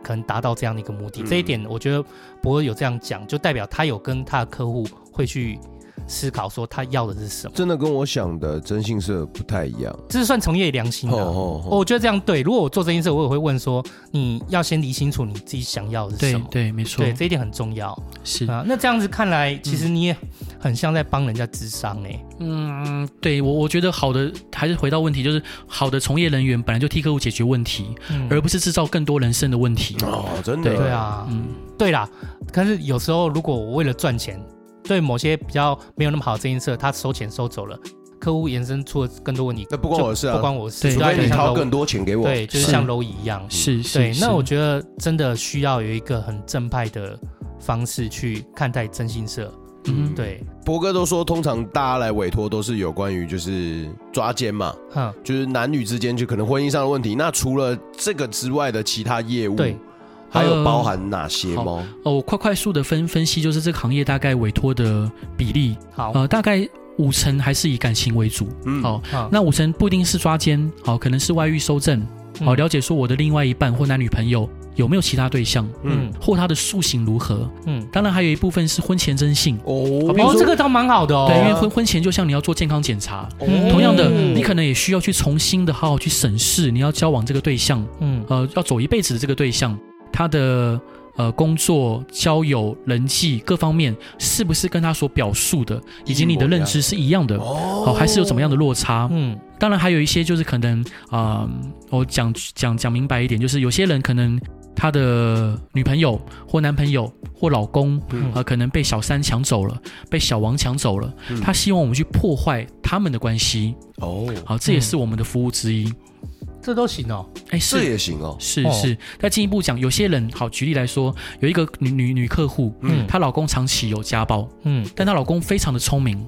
A: 可能达到这样的一个目的。
B: 嗯
A: 这一点，我觉得博尔有这样讲，就代表他有跟他的客户会去思考说他要的是什么，
B: 真的跟我想的征信社不太一样，
A: 这是算从业良心
B: 哦
A: 啊。
B: 哦
A: 我觉得这样对。如果我做这件事，我也会问说，你要先理清楚你自己想要的是
C: 对
A: 什么。
C: 对，没错
A: 对，，这一点很重要
C: 是，
A: 啊。那这样子看来，其实你也很像在帮人家智商哎、
C: 嗯，对我我觉得好的还是回到问题，就是好的从业人员本来就替客户解决问题，
A: 嗯
C: 而不是制造更多人生的问题。
B: 哦，真的，
C: 对
A: 对，啊，
C: 嗯，
A: 对啦。可是有时候如果我为了赚钱，对某些比较没有那么好的这件事，他收钱收走了，客户延伸出了更多问题，
B: 那不关我的事
A: 不
B: 啊，
A: 关我的事，
C: 对
B: 除
A: 就有
B: 非
A: 点
B: 你
A: 像
B: 掏
A: 蝼
B: 更多钱给我，
A: 对，就是
C: 是
A: 像蝼蚁一样。
C: 是是。
A: 对，
C: 是
A: 那我觉得真的需要有一个很正派的方式去看待征信社。
C: 嗯，对，
A: 对，
B: 博哥都说，通常大家来委托都是有关于就是抓奸嘛，
A: 哼，
B: 就是男女之间就可能婚姻上的问题。那除了这个之外的其他业务，
A: 对，
B: 还有
C: 呃
B: 包含哪些
C: 好
B: 吗？
C: 哦，我快快速的分分析，就是这个行业大概委托的比例，
A: 好，
C: 呃，大概五成还是以感情为主，
B: 嗯，
C: 好，
A: 好，
C: 那五成不一定是抓奸，好，可能是外遇收证，好，
A: 嗯
C: 了解说我的另外一半或男女朋友有没有其他对象，
B: 嗯
A: 嗯
C: 或他的塑形如何。
A: 嗯，
C: 当然，还有一部分是婚前征信，
B: 哦
C: 好比如
A: 哦，
C: 说
A: 这个倒蛮好的哦，
C: 对，因为婚婚前就像你要做健康检查，
B: 哦
A: 嗯
C: 同样的，
A: 嗯
C: 你可能也需要去重新的好好去审视你要交往这个对象，
A: 嗯
C: 呃，要走一辈子的这个对象，他的呃工作、交友、人际各方面是不是跟他所表述的以及你的认知是一样的，好、
B: 哦
C: 还是有怎么样的落差？
A: 嗯
C: 当然，还有一些就是可能啊、我讲讲讲明白一点，就是有些人可能他的女朋友或男朋友或老公
B: 嗯
C: 啊、呃可能被小三抢走了，被小王抢走了，
B: 嗯
C: 他希望我们去破坏他们的关系。
B: 哦，
C: 好，这也是我们的服务之一。
A: 这都行哦，
C: 哎、
B: 这
C: 是
B: 也行哦，
C: 是
A: 哦
C: 是。再进一步讲，有些人好，举例来说，有一个女女女客户，
A: 嗯
C: 她老公长期有家暴，
A: 嗯
C: 但她老公非常的聪明，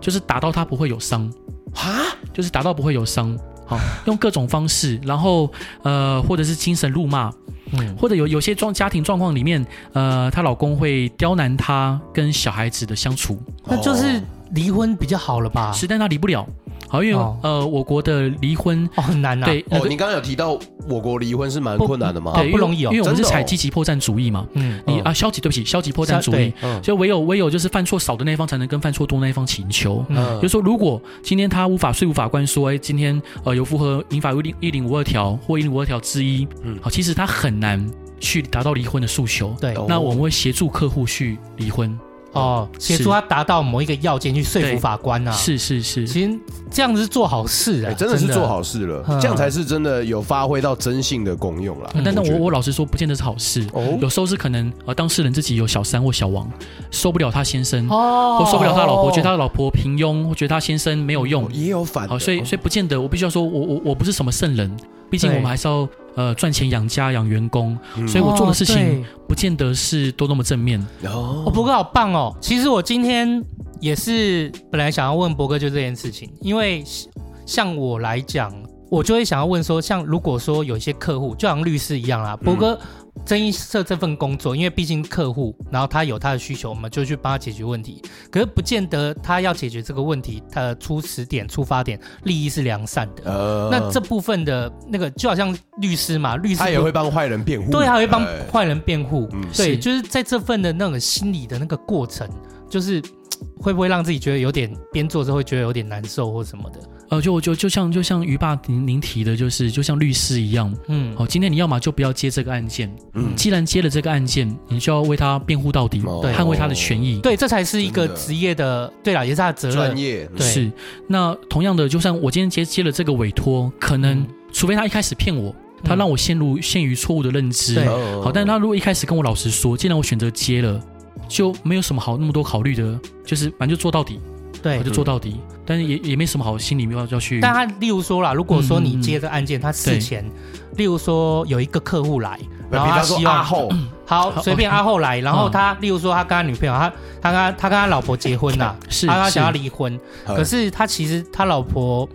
C: 就是打到她不会有伤。
B: 哈，
C: 就是打到不会有伤。好，用各种方式，然后呃，或者是精神辱骂，
A: 嗯
C: 或者有有些状家庭状况里面，呃，她老公会刁难她跟小孩子的相处，
A: 那
B: 哦
A: 就是
C: 哦
A: 离婚比较好了吧？
C: 实但她离不了。好，因为、
A: 啊哦
C: 呃，我国的离婚，
A: 哦，很难呐，
C: 对那
B: 哦，
C: 个、
B: 你刚啊刚有提到我国离婚是蛮
C: 不
B: 困难的嘛？
C: 对
A: 不
C: 因为
A: 容易哦
C: 因为我们是
B: 真的哦
C: 采积极破绽主义嘛。
A: 嗯
C: 你、
B: 嗯
C: 啊，消极，对不起，消极破绽主义
A: 对，
B: 嗯
C: 就唯有唯有就是犯错少的那一方才能跟犯错多那一方请求。
B: 嗯
C: 就是说，如果今天他无法说服法官说，哎，今天呃有符合民法一零一零五二条或一零五二条之一，
B: 嗯
C: 嗯，好，其实他很难去达到离婚的诉求。
A: 对
B: 哦
C: 那我们会协助客户去离婚，
A: 哦，协
C: 是
A: 助他达到某一个要件去说服
C: 对
A: 法官呐。
C: 是是是，
A: 啊其实这样子是做好事啊，
B: 哎真的是做好事了，
A: 嗯
B: 这样才是真的有发挥到真性的功用啦。
C: 嗯但但
B: 觉
C: 我
B: 得
C: 我老实说，不见得是好事。
B: 哦
C: 有时候是可能呃当事人自己有小三或小王，受不了他先生，
A: 哦，
C: 或受不了他老婆，觉得他老婆平庸，或觉得他先生没有用
B: 哦，也有反的，
C: 好，所以所以不见得，我必须要说我我我不是什么圣人，毕竟我
A: 对
C: 们还是要呃赚钱养家养员工，
B: 嗯
C: 所以我做的事情
A: 哦对
C: 不见得是都那么正面。
A: 哦，
B: 哦
A: 博哥好棒哦！其实我今天也是本来想要问博哥就这件事情，因为像像我来讲，我就会想要问说，像如果说有一些客户，就像律师一样啦，
B: 嗯
A: 博哥。争议社这份工作，因为毕竟客户，然后他有他的需求，我们就去帮他解决问题。可是不见得他要解决这个问题，他的出始点、出发点利益是良善的。
B: 呃
A: 那这部分的那个，就好像律师嘛，律师
B: 他也
A: 不
B: 会帮坏人辩护，
A: 对，还啊会帮
B: 哎
A: 坏人辩护。
B: 嗯
A: 对，
C: 是
A: 就是在这份的那种心理的那个过程，就是嘖会不会让自己觉得有点边做之后会觉得有点难受或什么的？
C: 呃，就就就像就像于爸您您提的，就是就像律师一样，哦
A: 嗯，
B: 哦
C: 好，今天你要么就不要接这个案件，
B: 嗯
C: 既然接了这个案件，你就要为他辩护到底，
A: 嗯
B: 哦
A: 对
C: 捍卫他的权益。
A: 对，这才是一个
B: 真的
A: 职业的，对啦，也是他的责
B: 专
A: 任。
B: 业，
A: 对
C: 是。那同样的，就算我今天接接了这个委托，可能、
A: 嗯
C: 除非他一开始骗我，他让我陷入陷于错误的认知，
A: 对
B: 哦
C: 好，但是他如果一开始跟我老实说，既然我选择接了，就没有什么好那么多考虑的，就是反正就做到底，
A: 对
C: 我就，做到底，但是也也没什么好心里面要要去。
A: 但他例如说啦，如果说
C: 嗯嗯
A: 你
C: 嗯
A: 接这案件，他事
C: 对
B: 嗯
A: 前，例如说有一个客户来，
B: 比
A: 然后他
B: 方说
A: 希
B: 阿
A: 望嗯
B: 后，
A: 好
C: 好
A: 随便阿后来，然后
C: 嗯
A: 他例如说他跟他女朋友，他他跟他他跟他老婆结婚啦，
C: 是，
A: 他他想要
C: 是
A: 离婚，
B: 嗯
A: 可是他其实他老婆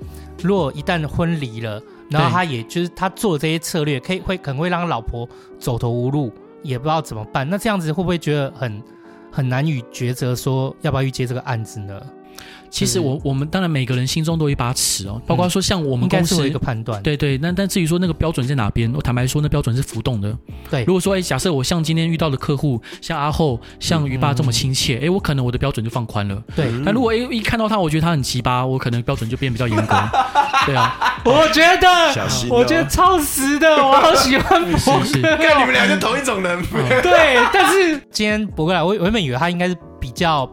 A: 如果一旦婚离了，然后
C: 对
A: 他也就是他做这些策略，可以会可能会让老婆走投无路，也不知道怎么办。那这样子会不会觉得很很难以抉择，说要不要去接这个案子呢？
C: 其实我我们当然每个人心中都有一把尺哦，包括说像我
A: 我
C: 们
A: 嗯应该
C: 公
A: 是有
C: 司
A: 一个。判断，
C: 对对，那但至于说那个标准在哪边，我坦白说，那标准是浮动的。
A: 对
C: 如果说哎，假设我像今天遇到的客户，像阿后、像于爸这么亲
A: 嗯
C: 切，哎，我可能我的标准就放宽了。
A: 对
B: 嗯
C: 那如果哎一看到他，我觉得他很鸡巴，我可能标准就变比较严 格。对啊，
A: 我觉
B: 小
A: 得
B: 心哦
A: 我觉得超实 的，我好喜欢博
C: 是
A: 哥。
B: 看你们俩是同一种人，
A: 嗯对，但是今天博哥来，我我原本以为他应该是比较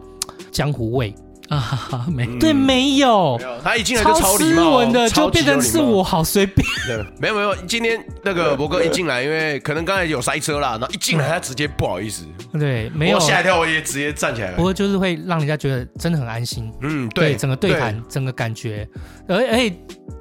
A: 江湖味，
C: 啊哈哈，没
A: 对，没有
B: 没。有 他一进来嗯就
A: 超
B: 礼
A: 斯
B: 貌哦
A: 文的，
B: 超
A: 就
B: 级
A: 变
B: 有礼貌
A: 成是我好随便。
B: 对， 没有没有，今天那个博哥一进来，因为可能刚才有塞车啦，然后一进来他直接不好意思，
A: 对，没有
B: 我。吓一跳，我也直接站起来
A: 不
B: 了。
A: 过就是会让人家觉得真的很安心，
B: 嗯，对，
A: 整个对谈，整个感觉，而而且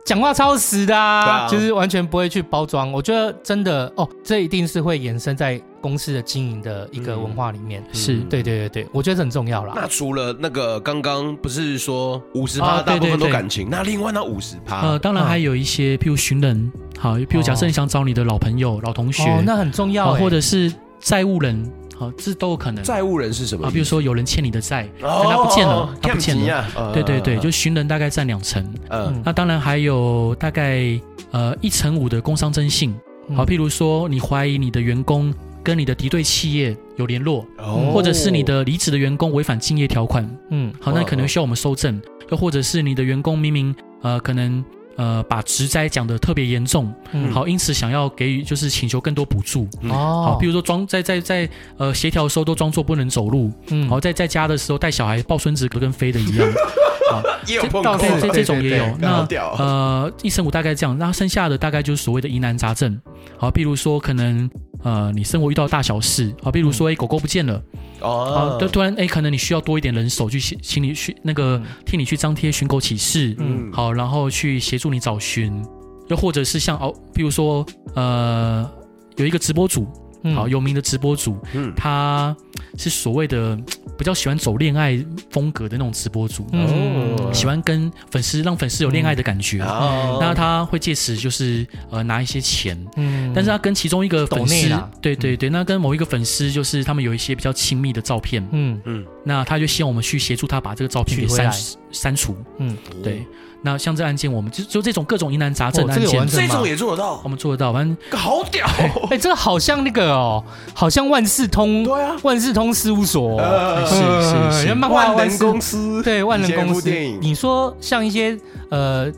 A: 讲话超死的、啊，
B: 对啊
A: 就是完全不会去包装。我觉得真的哦，这一定是会延伸在公司的经营的一个文化里面。
C: 是
A: 对对对对，我觉得这很重要啦。
B: 那除了那个刚刚不是说五十
C: 啊
B: 趴
C: 对
B: 大部分
C: 对
B: 都
C: 对
B: 感情，那另外那五十
C: 呃，
B: 趴，
C: 当然还有一些，譬如寻人，好，譬如假
A: 啊
C: 设
A: 嗯哦
C: 你想找你的老朋友、老同学，
A: 哦，那很重要
C: 啊
A: 欸、
C: 或者是债务人，好，这都有可能
B: 债务人是什么
C: 啊。
B: 意思？
C: 比如说有人欠你的债，
B: 哦，
C: 但他不见了他不见了
B: 了
C: 对对
A: 啊
C: 对，就寻人大概占两成。
B: 嗯
A: 嗯
C: 那当然还有大概呃一成五的工伤征信，
A: 嗯
C: 好，譬如说你怀疑你的员工跟你的敌对企业有联络，
B: 哦
C: 或者是你的离职的员工违反竞业条款，
A: 嗯
C: 好，那
B: 哇
C: 可能需要我们收证。又或者是你的员工明明呃可能呃把职灾讲得特别严重，
A: 嗯
C: 好，因此想要给予就是请求更多补助，好，
A: 哦，
C: 譬如说装在在在呃协调的时候都装作不能走路，
A: 嗯
C: 好，在在家的时候带小孩抱孙子跟飞 的一样，
B: 也有碰
A: 到底
B: 过，
C: 这这
A: 对
C: 这种也有
A: 对。
B: 干好
C: 那
B: 屌哦，
C: 呃，一生五大概这样，那剩下的大概就是所谓的疑难杂症，好，譬如说可能。呃，你生活遇到大小事，好，譬如
A: 嗯
C: 说，哎、狗狗不见了，啊，
B: 哦
C: 突突然，哎，可能你需要多一点人手去协，请你去那个
A: 嗯
C: 替你去张贴寻狗启事，
A: 嗯
C: 好，然后去协助你找寻，又或者是像哦，譬如说，呃，有一个直播主，
A: 嗯
C: 好有名的直播主，
B: 嗯
C: 他是所谓的比较喜欢走恋爱风格的那种直播主，
A: 嗯
B: 哦
C: 喜欢跟粉丝让粉丝有恋爱的感觉。
B: 哦
C: 那他会借此就是呃拿一些钱，
A: 嗯
C: 但是他跟其中一个粉
A: 抖内
C: 丝
A: 啦，嗯
C: 对对对，那跟某一个粉丝就是他们有一些比较亲密的照片，
A: 嗯
B: 嗯
C: 那他就希望我们去协助他把这个照片给
A: 取回来
C: 删删除。
A: 嗯，
C: 对，
B: 哦
C: 那像这案件，我们就就这种各种疑难杂症
A: 哦
C: 的
A: 这
C: 案
A: 个有
C: 件
A: 完，整
B: 这种也做得到
C: 我，们做得到，反正
B: 好屌，
A: 哎、这个好像那个哦，好像万事通，
B: 对啊
A: 万事通事务所、哦，
B: 呃
C: 是是是
A: 人漫画
B: 万能公
A: 司，
B: 司，
A: 对万能
B: 以前有
A: 公
B: 部
A: 司
B: 电。影
A: 你说像一些呃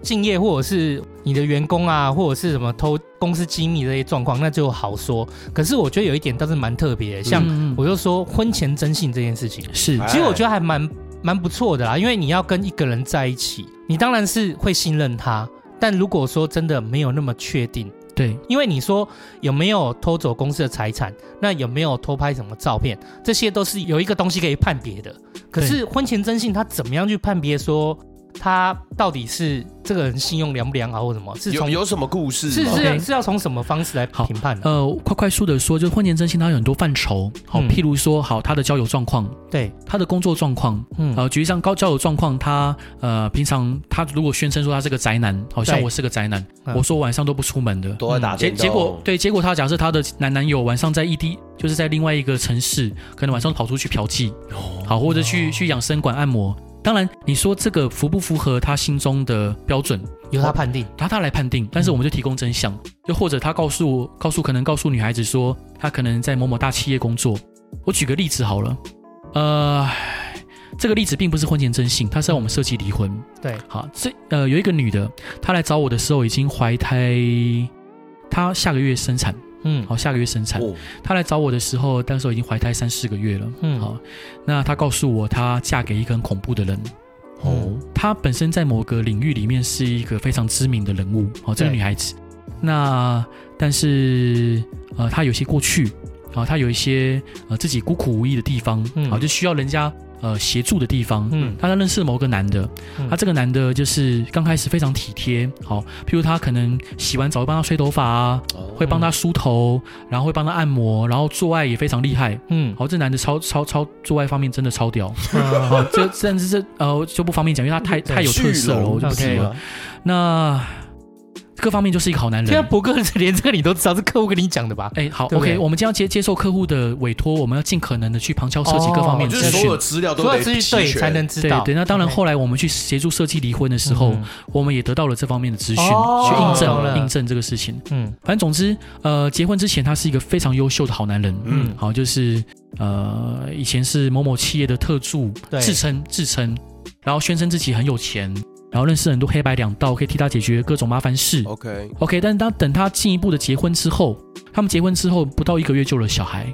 A: 敬业或者是你的员工啊，或者是什么偷公司机密这些状况，那就好说。可是我觉得有一点倒是蛮特别的，像
C: 嗯嗯
A: 我就说婚前征信这件事情，
C: 是
B: 哎
A: 其实我觉得还蛮蛮不错的啦，因为你要跟一个人在一起，你当然是会信任他，但如果说真的没有那么确定。
C: 对，
A: 因为你说有没有偷走公司的财产，那有没有偷拍什么照片，这些都是有一个东西可以判别的。可是婚前征信，他怎么样去判别说他到底是这个人信用良不良好或什么？是
B: 有
A: 从
B: 有什么故事吗？
A: 是是
C: OK
A: 是要从什么方式来
C: 好
A: 评判的？
C: 呃，快快速的说，就是婚前征信它有很多范畴，好，
A: 嗯
C: 譬如说，好，他的交友状况，
A: 对，
C: 他的工作状况，
A: 嗯，
C: 呃，举例上高交友状况，他呃，平常他如果宣称说他是个宅男，好像
A: 对
C: 我是个宅男，
A: 嗯
C: 我说晚上都不出门的，
B: 都在打
C: 结
B: 电动
C: 结果对，结果他假设他的男男友晚上在异地，就是在另外一个城市，可能晚上跑出去嫖妓，好，或者去去养生馆按摩。当然，你说这个符不符合他心中的标准，
A: 由他判定。
C: 他他来判定，但是我们就提供真相，又或者他告诉我，告诉可能告诉女孩子说，他可能在某某大企业工作。我举个例子好了，呃，这个例子并不是婚前征信，他是让我们设计离婚。
A: 对，
C: 好，这呃有一个女的，她来找我的时候已经怀胎，她下个月生产，
A: 嗯
C: 好，下个月生产。
B: 哦
C: 她来找我的时候，当时候已经怀胎三四个月了。
A: 嗯
C: 好，那她告诉我，她嫁给一个很恐怖的人。
B: 哦
C: 她本身在某个领域里面是一个非常知名的人物，哦，这个
A: 对
C: 女孩子。那但是呃，她有些过去，啊、她有一些呃自己孤苦无依的地方，啊、
A: 嗯
C: 就需要人家呃协助的地方。
A: 嗯
C: 她她认识了某个男的，啊
A: 嗯
C: 他这个男的就是刚开始非常体贴，好，譬如他可能洗完澡会帮他吹头发啊，
B: 哦
C: 会帮他梳头，然后会帮他按摩，然后做爱也非常厉害。
A: 嗯，
C: 好，这男的超超超做爱方面真的超屌，好，这甚至是呃就不方便讲，因为他太太有特色了，我就不提
A: 对
C: 了。那各方面就是一个好男
A: 现在
C: 人。
A: 博哥连这个你都知道，是客户跟你讲的吧？
C: 哎，好
A: 啊对不对
C: ，OK，我们今天要接接受客户的委托，我们要尽可能的去旁敲侧击
A: 哦
C: 各方面
A: 哦
C: 的
B: 就
C: 资
B: 是所
C: 讯
B: 有。资料都
A: 所
B: 得
A: 有资讯
B: 齐
A: 对
B: 全
A: 才能知
C: 对
A: 道。
C: 对，那当然，
A: OK
C: 后来我们去协助设计离婚的时候，
A: 嗯
C: 我们也得到了这方面的资讯，
B: 哦
C: 去印
A: 懂了
C: 证印证这个事情。
A: 嗯
C: 反正总之，呃，结婚之前他是一个非常优秀的好男人，
B: 嗯
A: 嗯，
C: 好就是呃，以前是某某企业的特助，
A: 对
C: 自称自称，然后宣称自己很有钱，然后认识很多黑白两道，可以替他解决各种麻烦事。
B: OK，
C: OK，但是当等他进一步的结婚之后，他们结婚之后不到一个月就有了小孩，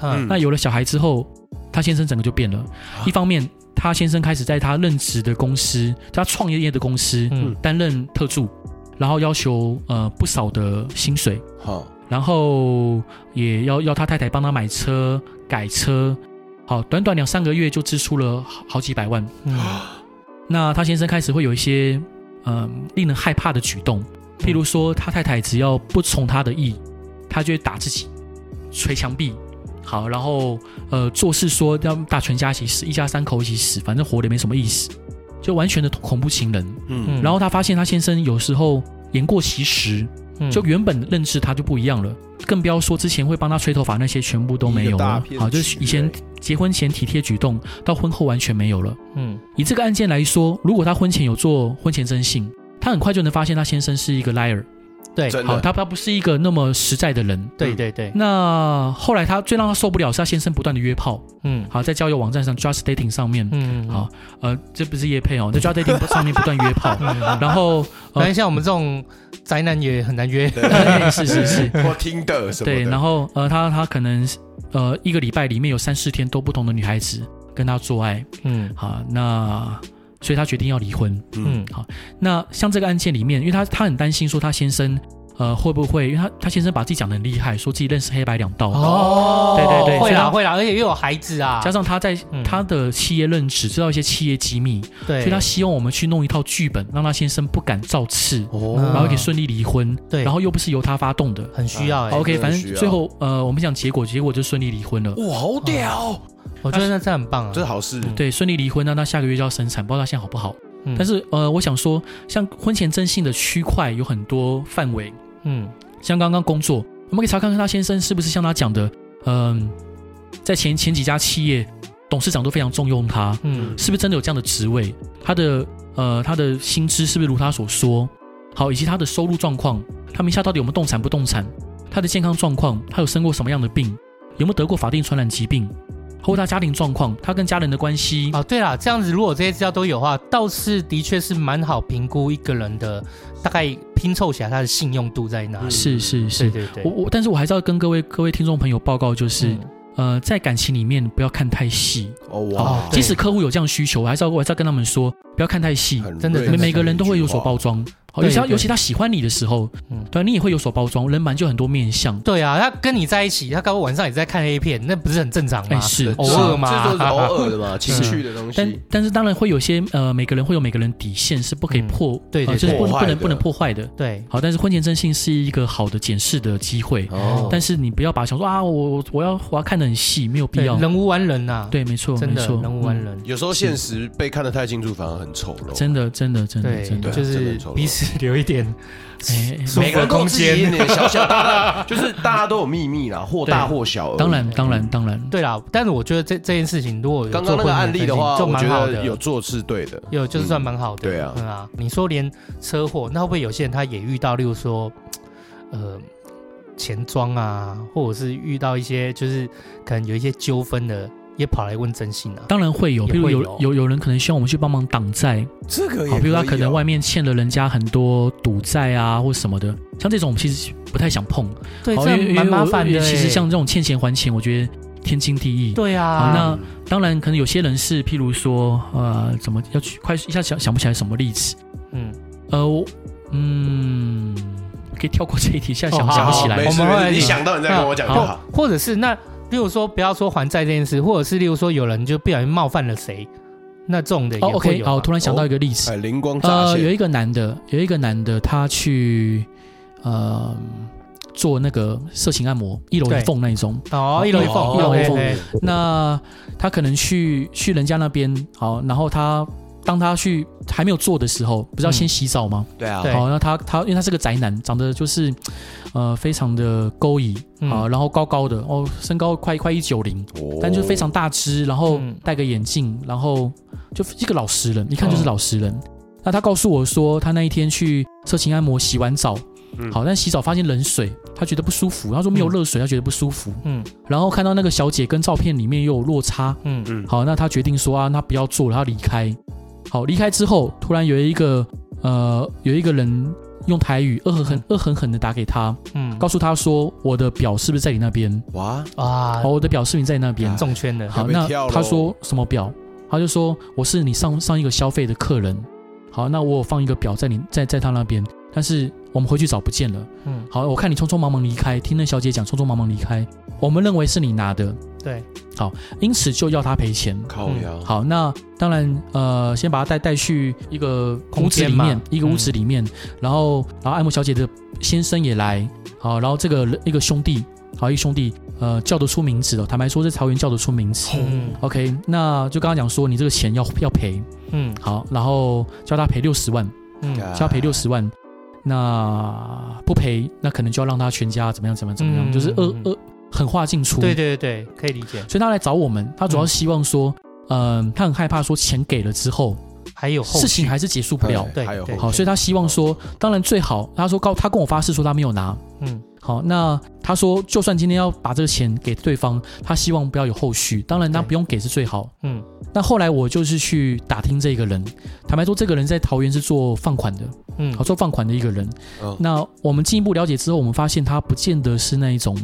A: 嗯
B: 嗯
C: 那有了小孩之后，他先生整个就变了。
A: 啊
C: 一方面，他先生开始在他任职的公司，他创业的公司
A: 嗯
C: 担任特助，然后要求呃不少的薪水，
B: 好，
C: 然后也要要他太太帮他买车、改车。好，短短两三个月就支出了好好几百万。
A: 嗯
C: 那他先生开始会有一些呃令人害怕的举动，譬如说他太太只要不从他的意，他就会打自己，捶墙壁。好，然后呃，做事说要大全家一起死，一家三口一起死，反正活的没什么意思，就完全的恐怖情人。
B: 嗯
A: 嗯
C: 然后他发现他先生有时候言过其实，
A: 嗯
C: 就原本认知他就不一样了，更不要说之前会帮他吹头发那些全部都没
B: 一
C: 有
B: 个大
C: 了
B: 骗。局
C: 好，就是以前结婚前体贴举动，到婚后完全没有了。
A: 嗯
C: 以这个案件来说，如果他婚前有做婚前征信，他很快就能发现他先生是一个 liar。
A: 对
B: 真
C: 好，
B: 的，
C: 他他不是一个那么实在的人。
A: 对对对，
C: 那后来他最让他受不了是他先生不断的约炮，
A: 嗯
C: 好在交友网站上 Just Dating 上面，
A: 嗯
C: 好，呃，这不是叶配哦，在 Just Dating 上面不断约 炮，
B: 嗯
A: 然
C: 然后
A: 反正像我们这种宅男也很难约，
C: 对是是是，
B: 我听的什么
C: 对，
B: 的
C: 然后呃，他他可能呃一个礼拜里面有三四天都不同的女孩子跟他做爱，
A: 嗯
C: 好，那所以他决定要离婚。
B: 嗯
A: 嗯
C: 那像这个案件里面，因为他他很担心说他先生呃会不会，因为他他先生把自己讲得很厉害，说自己认识黑白两道，
A: 哦，
C: 对对对
A: 会
C: 所以
A: 啦
C: 他
A: 会啦，而且又有孩子啊，
C: 加上他在
A: 嗯
C: 他的企业任职知道一些企业机密，
A: 对，
C: 所以他希望我们去弄一套剧本，让他先生不敢造次，
A: 嗯
C: 然
B: 哦
C: 后可以顺利离婚，
A: 对，
C: 然后又不是由他发动的。
A: 很需要哎、
B: 好
C: OK，
B: 真的
C: 反
B: 需
C: 正
B: 要
C: 最后呃，我们讲结果，结果就顺利离婚了。
B: 哇，好
A: 哦
B: 屌，
A: 我觉得那真的很棒啊，
B: 这是好事，
C: 对，顺利离婚，那他下个月就要生产，不知道他现在好不好。
A: 嗯
C: 但是呃，我想说，像婚前征信的区块有很多范围，
A: 嗯
C: 像刚刚工作，我们可以查看看他先生是不是像他讲的，嗯、在前前几家企业，董事长都非常重用他，
A: 嗯
C: 是不是真的有这样的职位？他的呃，他的薪资是不是如他所说？好，以及他的收入状况，他名下到底有没有动产不动产？他的健康状况，他有生过什么样的病？有没有得过法定传染疾病？或他家庭状况，他跟家人的关系，
A: 哦对啦，这样子如果这些资料都有的话，倒是的确是蛮好评估一个人的大概拼凑起来他的信用度在哪里，
C: 是是是，
A: 嗯对对对，
C: 我我，但是我还是要跟各位各位听众朋友报告，就是、
A: 嗯
C: 呃，在感情里面不要看太细，
B: 哦
A: 哦
B: 哇，
A: 对
C: 即使客户有这样需求，我还是要我还是要跟他们说，不要看太细，
B: 很
A: 真的
B: 睿
C: 每
B: 智
C: 每个人都会有所包装，好尤其他
A: 对对
C: 尤其他喜欢你的时候，
A: 嗯
C: 对啊，你也会有所包装，人本来就很多面相，
A: 对啊，他跟你在一起，他搞不好晚上也在看 A 片，那不是很正常
C: 哎
A: 吗？
C: 是
A: 偶
C: 是
A: 尔嘛
B: 嘛，
A: 嗯
B: 这就是偶尔的嘛，情绪的东
C: 但
B: 西，
C: 但是当然会有些呃，每个人会有每个人底线是不可以
A: 嗯
C: 破，
A: 对对
C: 呃就是
B: 破
C: 不能
B: 坏
C: 不能
B: 的
C: 不能破坏的。
A: 对，
C: 好，但是婚前征信是一个好的检视的机会，
B: 哦
C: 但是你不要把想说啊，我我我要我要看得很细，没有必
A: 对
C: 要。
A: 人无完人啊呐、，
C: 对，没错，
A: 真
C: 没
A: 的
C: 错，
A: 人无完
C: 嗯
A: 人。
B: 有时候现实被看得太清楚，反而很丑陋。
C: 真的，真的，嗯真的，
A: 对
C: 真的，，
A: 就
B: 啊真的
A: 是
B: 很丑陋
A: 彼此留一点
C: 哎，
A: 舒
B: 每
A: 服的
B: 个人都有
A: 空
B: 自己一
A: 间。
B: 点小小 大大，就是大家都有秘密啦，或大或小而已。
C: 当然，当然，当然，
A: 对啦，但是我觉得这这件事情，如果有
B: 刚刚那
A: 做
B: 个
A: 婚前
B: 案例的话，
A: 分析就
B: 我觉
A: 蛮好
B: 得
A: 的，
B: 有做是对的。
A: 有就是算蛮好的。
B: 嗯对啊
A: 嗯啊，你说连车祸，那会不会有些人他也遇到，例如说，呃，钱庄啊，或者是遇到一些就是可能有一些纠纷的，也跑来问征信啊？
C: 当然会有，
A: 也
C: 比如
A: 会
C: 有
A: 有
C: 有有人可能希望我们去帮忙挡债，啊
B: 这个
C: 好，比如他
B: 以
C: 可能
B: 哦
C: 外面欠了人家很多赌债啊或什么的，像这种我们其实不太想碰，
A: 对，
C: 好，
A: 这
C: 因为因
A: 样
C: 为
A: 蛮麻
C: 我
A: 烦
C: 因
A: 的
C: 为
A: 欸。
C: 其实像这种欠钱还钱，我觉得天经地义。
A: 对啊，
C: 好那当然，可能有些人是，譬如说，呃，怎么要去快一下想想不起来什么例子，
A: 嗯，
C: 呃，我嗯，可以跳过这一题，现在想
A: 哦
C: 想不
A: 好好
C: 起来
B: 没。事
A: 我们
B: 没
A: 会
B: 事，你想到你再跟我讲就好。
A: 或或者是那，例如说不要说还债这件事，或者是例如说有人就不小心冒犯了谁，那这种的也
C: 哦
A: 会
C: ，OK，
A: 有
C: 好，
A: 啊。
C: 我突然想到一个例子
B: 哎，，灵光乍
C: 呃，有
B: 现，
C: 一个男的，有一个男的，他去呃做那个色情按摩，一楼
A: 对
C: 一缝那一种。
A: 哦，一楼一
C: 哦
A: 凤，
C: 一楼一
A: 凤
C: 凤，那他可能去去人家那边，好，然后他当他去还没有做的时候，不是要先
A: 嗯
C: 洗澡吗？
B: 对啊
A: 对
C: 好，那他他因为他是个宅男，长得就是呃非常的勾引
A: 嗯
C: 啊，然后高高的哦，身高快快一九零，
B: 哦
C: 但就非常大只，然后
A: 嗯
C: 戴个眼镜，然后就一个老实人，一看就是老实人。那他告诉我说，他那一天去色情按摩洗完澡，
B: 嗯
C: 好，但洗澡发现冷水，他觉得不舒服。他说没有
A: 嗯
C: 热水，他觉得不舒服。
A: 嗯
C: 然后看到那个小姐跟照片里面又有落差，
A: 嗯
B: 嗯，
C: 好，那他决定说啊，那不要做了，他离开。好，离开之后，突然有一个呃，有一个人用台语恶狠狠、恶狠狠的打给他，
A: 嗯，
C: 告诉他说，我的表是不是在你那边？
B: 哇，
A: 啊
C: 哦，，我的表是不是在你那边？
A: 中圈的，
C: 好，
B: 被
C: 那
B: 跳
C: 他
B: 咯
C: 说什么表？他就说我是你上上一个消费的客人。好，那我有放一个表在你在在他那边，但是我们回去找不见了。
A: 嗯，
C: 好，我看你匆匆忙忙离开，听那小姐讲匆匆忙忙离开，我们认为是你拿的，
A: 对，
C: 因此就要他赔钱。
B: 靠
A: 嗯
B: 呀，
C: 好，那当然，呃，先把他带带去一个
A: 空
C: 屋子
A: 间
C: 里
A: 嘛嗯
C: 面，一个屋子里面，然后，然后艾莫小姐的先生也来，好，然后这个人一个兄弟，好，一个兄弟，呃，叫得出名字的，坦白说，这桃园叫得出名字。
A: 嗯
C: OK，那就刚刚讲说，你这个钱要要赔，
A: 嗯
C: 好，然后叫他赔六十万，
A: 嗯
C: 叫他赔六十万，那不赔，那可能就要让他全家怎么样怎么样怎么样，
A: 嗯
C: 就是恶
A: 嗯嗯
C: 恶狠话尽出。
A: 对对对对，可以理解。
C: 所以他来找我们，他主要希望说，嗯、他很害怕说钱给了之后，
A: 还有后
C: 事情还是结束不了。
A: 对
B: 哎还有
A: 对
B: 后
C: 好，所以他希望说，当然最好，他说告他跟我发誓说他没有拿。
A: 嗯
C: 好，那他说就算今天要把这个钱给对方，他希望不要有后续。当然，他
A: 对
C: 不用给是最好。
A: 嗯
C: 那后来我就是去打听这个人，坦白说，这个人在桃园是做放款的，
A: 嗯
C: 好，做放款的一个人。
B: 嗯
C: 那我们进一步了解之后，我们发现他不见得是那一种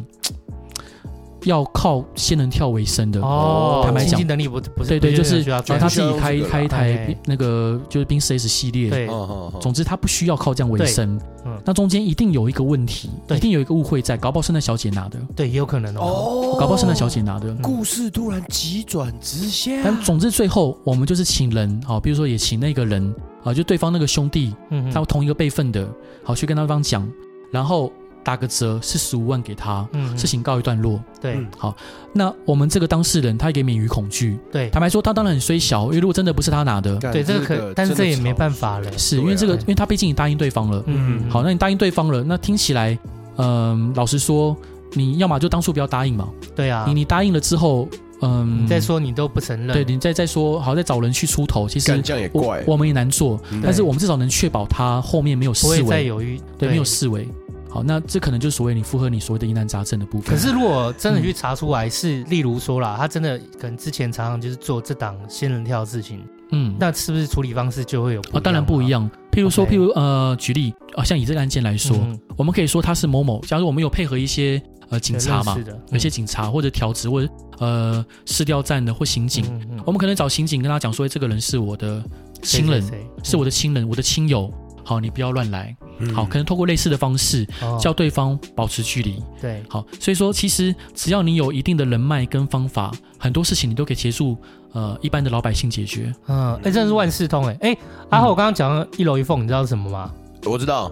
C: 要靠仙人跳为生的。
A: 哦，
C: 坦白讲
A: 经济能力不不是
C: 对对，
A: 不
C: 就是
A: 需要
C: 呃
B: 对
C: 他
A: 专
C: 自己开
B: 不需要这个啦
C: 开一台
A: 哎
C: 那个就是宾士 S 系列。
A: 对
B: 嗯嗯嗯
C: 总之他不需要靠这样为生。
A: 嗯
C: 那中间一定有一个问题，
A: 对
C: 一定有一个误会在，搞不好是那小姐拿的，
A: 对也有可能哦。嗯
B: 哦
C: 搞不好是那小姐拿的。
B: 故事突然急转直下，
C: 但总之最后我们就是请人，好，比如说也请那个人啊，就对方那个兄弟，
A: 嗯
C: 他
A: 嗯
C: 同一个辈分的，好去跟对方讲，然后打个折，四十五万给他，
A: 嗯，
C: 事情告一段落。
A: 对
B: 嗯
C: 那我们这个当事人他也免于恐惧，
A: 对
C: 坦白说他当然很虽小，因为如果真的不是他拿的，
A: 嗯
B: 干
A: 对，这个可，但是这也没办法了。
C: 是因为这个，
A: 对啊
C: 因为他毕竟也答应对方了。
A: 嗯，
C: 好，那你答应对方了，那听起来，嗯、老实说，你要么就当初不要答应嘛。
A: 对啊
C: 你，你答应了之后，嗯、
A: 你再，说你都不承认，
C: 对你再再说，好再找人去出头，其
B: 干
C: 实
B: 这样也
C: 我
B: 怪，
C: 我们也难做，
B: 嗯
C: 但是我们至少能确保他后面没有
A: 不
C: 思
A: 会再
C: 维，
A: 犹豫，
C: 对，没有思维。好，那这可能就是所谓你符合你所谓的疑难杂症的部
A: 可
C: 分。啊
A: 是如果真的去查出来是，例如说啦，他真的可能之前常常就是做这档仙人跳的事情，
C: 嗯，
A: 那是不是处理方式就会有不一
C: 啊，当然不一样。譬如说，
A: OK
C: 譬如呃，举例啊，像以这个案件来说，
A: 嗯
C: 我们可以说他是某某，假如我们有配合一些呃警察嘛
A: 对，嗯认识的
C: 有些警察或者调职或者呃市调站的或刑警，
A: 嗯嗯嗯
C: 我们可能找刑警跟他讲说，哎这个人是我的
A: 谁
C: 亲人，
A: 谁谁
C: 是我的亲人，我的亲友。好，你不要乱来。
B: 嗯
C: 好，可能透过类似的方式
A: 哦
C: 叫对方保持距离。
A: 对
C: 好，所以说其实只要你有一定的人脉跟方法，很多事情你都可以协助呃一般的老百姓解决。
A: 嗯，哎，真的是万事通哎哎，阿
C: 嗯
A: 浩，我刚刚讲到一楼一凤，你知道是什么吗？
B: 我知道，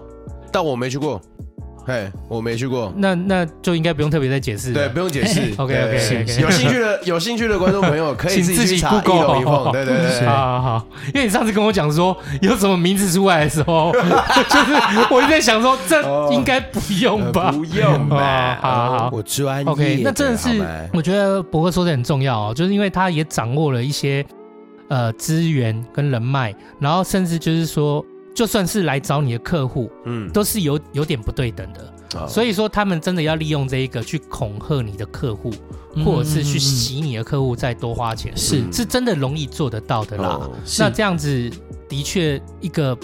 B: 但我没去过，嘿，我没去过，
A: 那那就应该不用特别再解释
B: 对，
A: 了，。
B: 不用解释
A: OK，OK，OK，
B: 对
A: 啊 OK，OK
B: 有兴 趣的有兴趣的观众朋友可以
A: 请
B: 自己
A: 自
B: 去
A: 己
B: 查一
A: Google 啊
B: 楼一凤，对 对对对
A: 好，好好，因为你上次跟我讲说有什么名字出来的时候， 就是我就在想说
B: 哦
A: 这应该不用
B: 呃
A: 吧？
B: 不 用吧
A: 哦，好好好
B: 我专业的
A: OK，那真的是
B: 好吗，
A: 我觉得博哥说的很重要哦，就是因为他也掌握了一些呃资源跟人脉，然后甚至就是说，就算是来找你的客户，
B: 嗯，
A: 都是有有点不对等的，
B: 好
A: 所以说他们真的要利用这一个去恐吓你的客户，
C: 嗯
A: 或者是去洗你的客户再多花钱，
C: 是
B: 嗯
A: 是真的容易做得到的啦。
B: 哦
C: 是
A: 那这样子的确一个。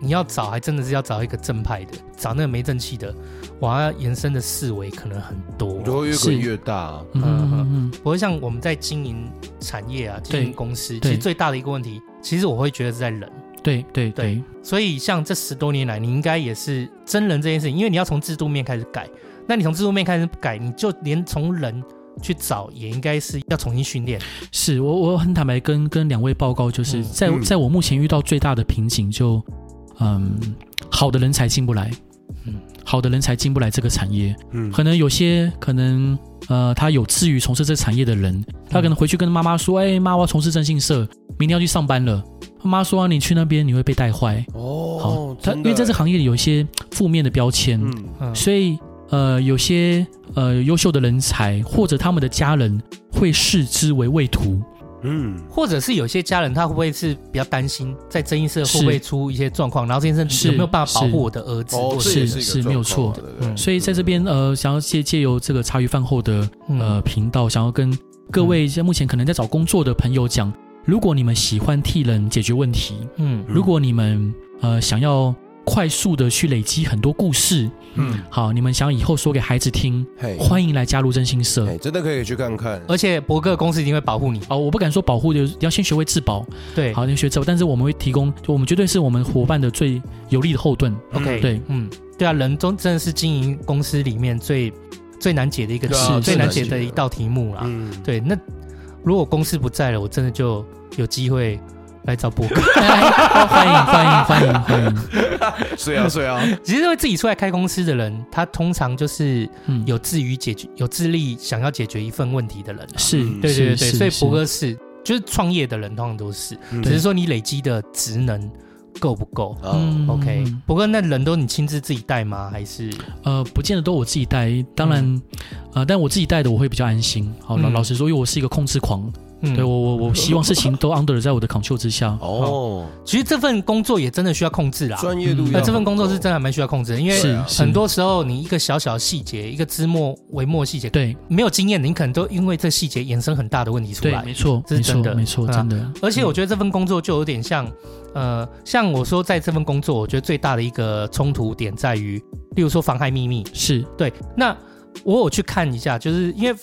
A: 你要找，还真的是要找一个正派的，找那个没正气的，哇，延伸的思维可能很多。
B: 你就会越滚越大，
C: 嗯嗯嗯嗯
A: 不过像我们在经营产业啊，经
C: 对
A: 营公司，其
C: 对
A: 实最大的一个问题，其实我会觉得是在人。
C: 嗯，对对
A: 对
C: 对，
A: 所以像这十多年来，你应该也是真人这件事情，因为你要从制度面开始改。那你从制度面开始改，你就连从人去找，也应该是要重新训练。
C: 是我我很坦白跟跟两位报告，就是、
A: 嗯
C: 在
B: 嗯
C: 在我目前遇到最大的瓶颈就，嗯，好的人才进不来，
A: 嗯
C: 嗯，好的人才进不来这个产业，
B: 嗯，
C: 可能有些可能呃，他有志于从事这产业的人，他可能回去跟妈妈说，
B: 嗯
C: 哎、妈，我要从事征信社，明天要去上班了。妈说、啊、你去那边你会被带坏，
B: 哦
C: 好，，他
B: 真
C: 因
B: 的
C: 为在这行业里有一些负面的标签，
B: 嗯
A: 嗯，
C: 所以呃，有些呃优秀的人才或者他们的家人会视之为畏途。
B: 嗯，
A: 或者是有些家人他会不会是比较担心，在争议社会不会
C: 是
A: 出一些状况，然后这件事
C: 是
A: 情有没有办法保
C: 是
A: 护我的儿子？
B: 哦，
A: 或者
B: 这也
C: 是
B: 一个
C: 是没有
B: 状况嘛
C: 错
B: 对对对
A: 嗯
C: 所以在这边呃，想要借借由这个茶余饭后的
A: 嗯
C: 呃频道，想要跟各位
B: 嗯
C: 现在目前可能在找工作的朋友讲，如果你们喜欢替人解决问题，
A: 嗯
B: 嗯
C: 如果你们呃想要快速的去累积很多故事。
B: 嗯，
C: 好，你们想以后说给孩子听，
B: 嘿，
C: 欢迎来加入真心社。
B: 嘿，真的可以去看看。
A: 而且博哥公司一定会保护你。
C: 哦，我不敢说保护，就是要先学会自保。
A: 对
C: 好，先学自保，但是我们会提供，就我们绝对是我们伙伴的最有力的后盾。
A: ，OK，
C: 对，
A: 嗯，对啊，人中真的是经营公司里面最最难解的一个
B: 对
C: 啊
A: 题最
C: 是
A: 难
C: 的
A: 解
B: 是的
A: 的一道题目啦。
B: 嗯，
A: 对，那如果公司不在了，我真的就有机会来找 博哥。
C: 欢迎，欢迎，欢迎，欢迎。
B: 是啊，是啊，
A: 其实会自己出来开公司的人，他通常就是
C: 嗯，
A: 有志于解决、有志力想要解决一份问题的人啊、
C: 是，
B: 嗯
A: 对对对
C: 是
A: 对，
C: 是
A: 所以
C: 是
A: 博哥是就是创业的人通常都是，
B: 嗯
A: 只是说你累积的职能够不够。
B: 啊
C: 嗯
A: 哦 OK，博哥，那人都你亲自自己带吗？还是
C: 呃，不见得都我自己带，当然，呃，但我自己带的我会比较安心。好，老
A: 嗯
C: 老实说，因为我是一个控制狂，
A: 嗯
C: 对我我我希望事情都 under 在我的 control 之下。
B: 哦，
A: 其实这份工作也真的需要控制啦。
B: 专业度
C: 嗯
B: 要
A: 那
B: 很
A: 这份工作
B: 够
A: 是真的还蛮需要控 制的，因为
B: 对
C: 是
B: 啊
C: 是
A: 很多时候你一个小小的细节，一个枝末微末细节，
C: 对
A: 没有经验的，你可能都因为这细节衍生很大的问题出
C: 对，
A: 来
C: 没。错，
A: 这是
C: 没错
A: 真，的
C: 没错，
A: 啊
C: 真的。嗯
A: 而且我觉得这份工作就有点像，呃，像我说在这份工作，我觉得最大的一个冲突点在于，例如说妨害秘密。
C: 是
A: 对，那我有去看一下，就是因为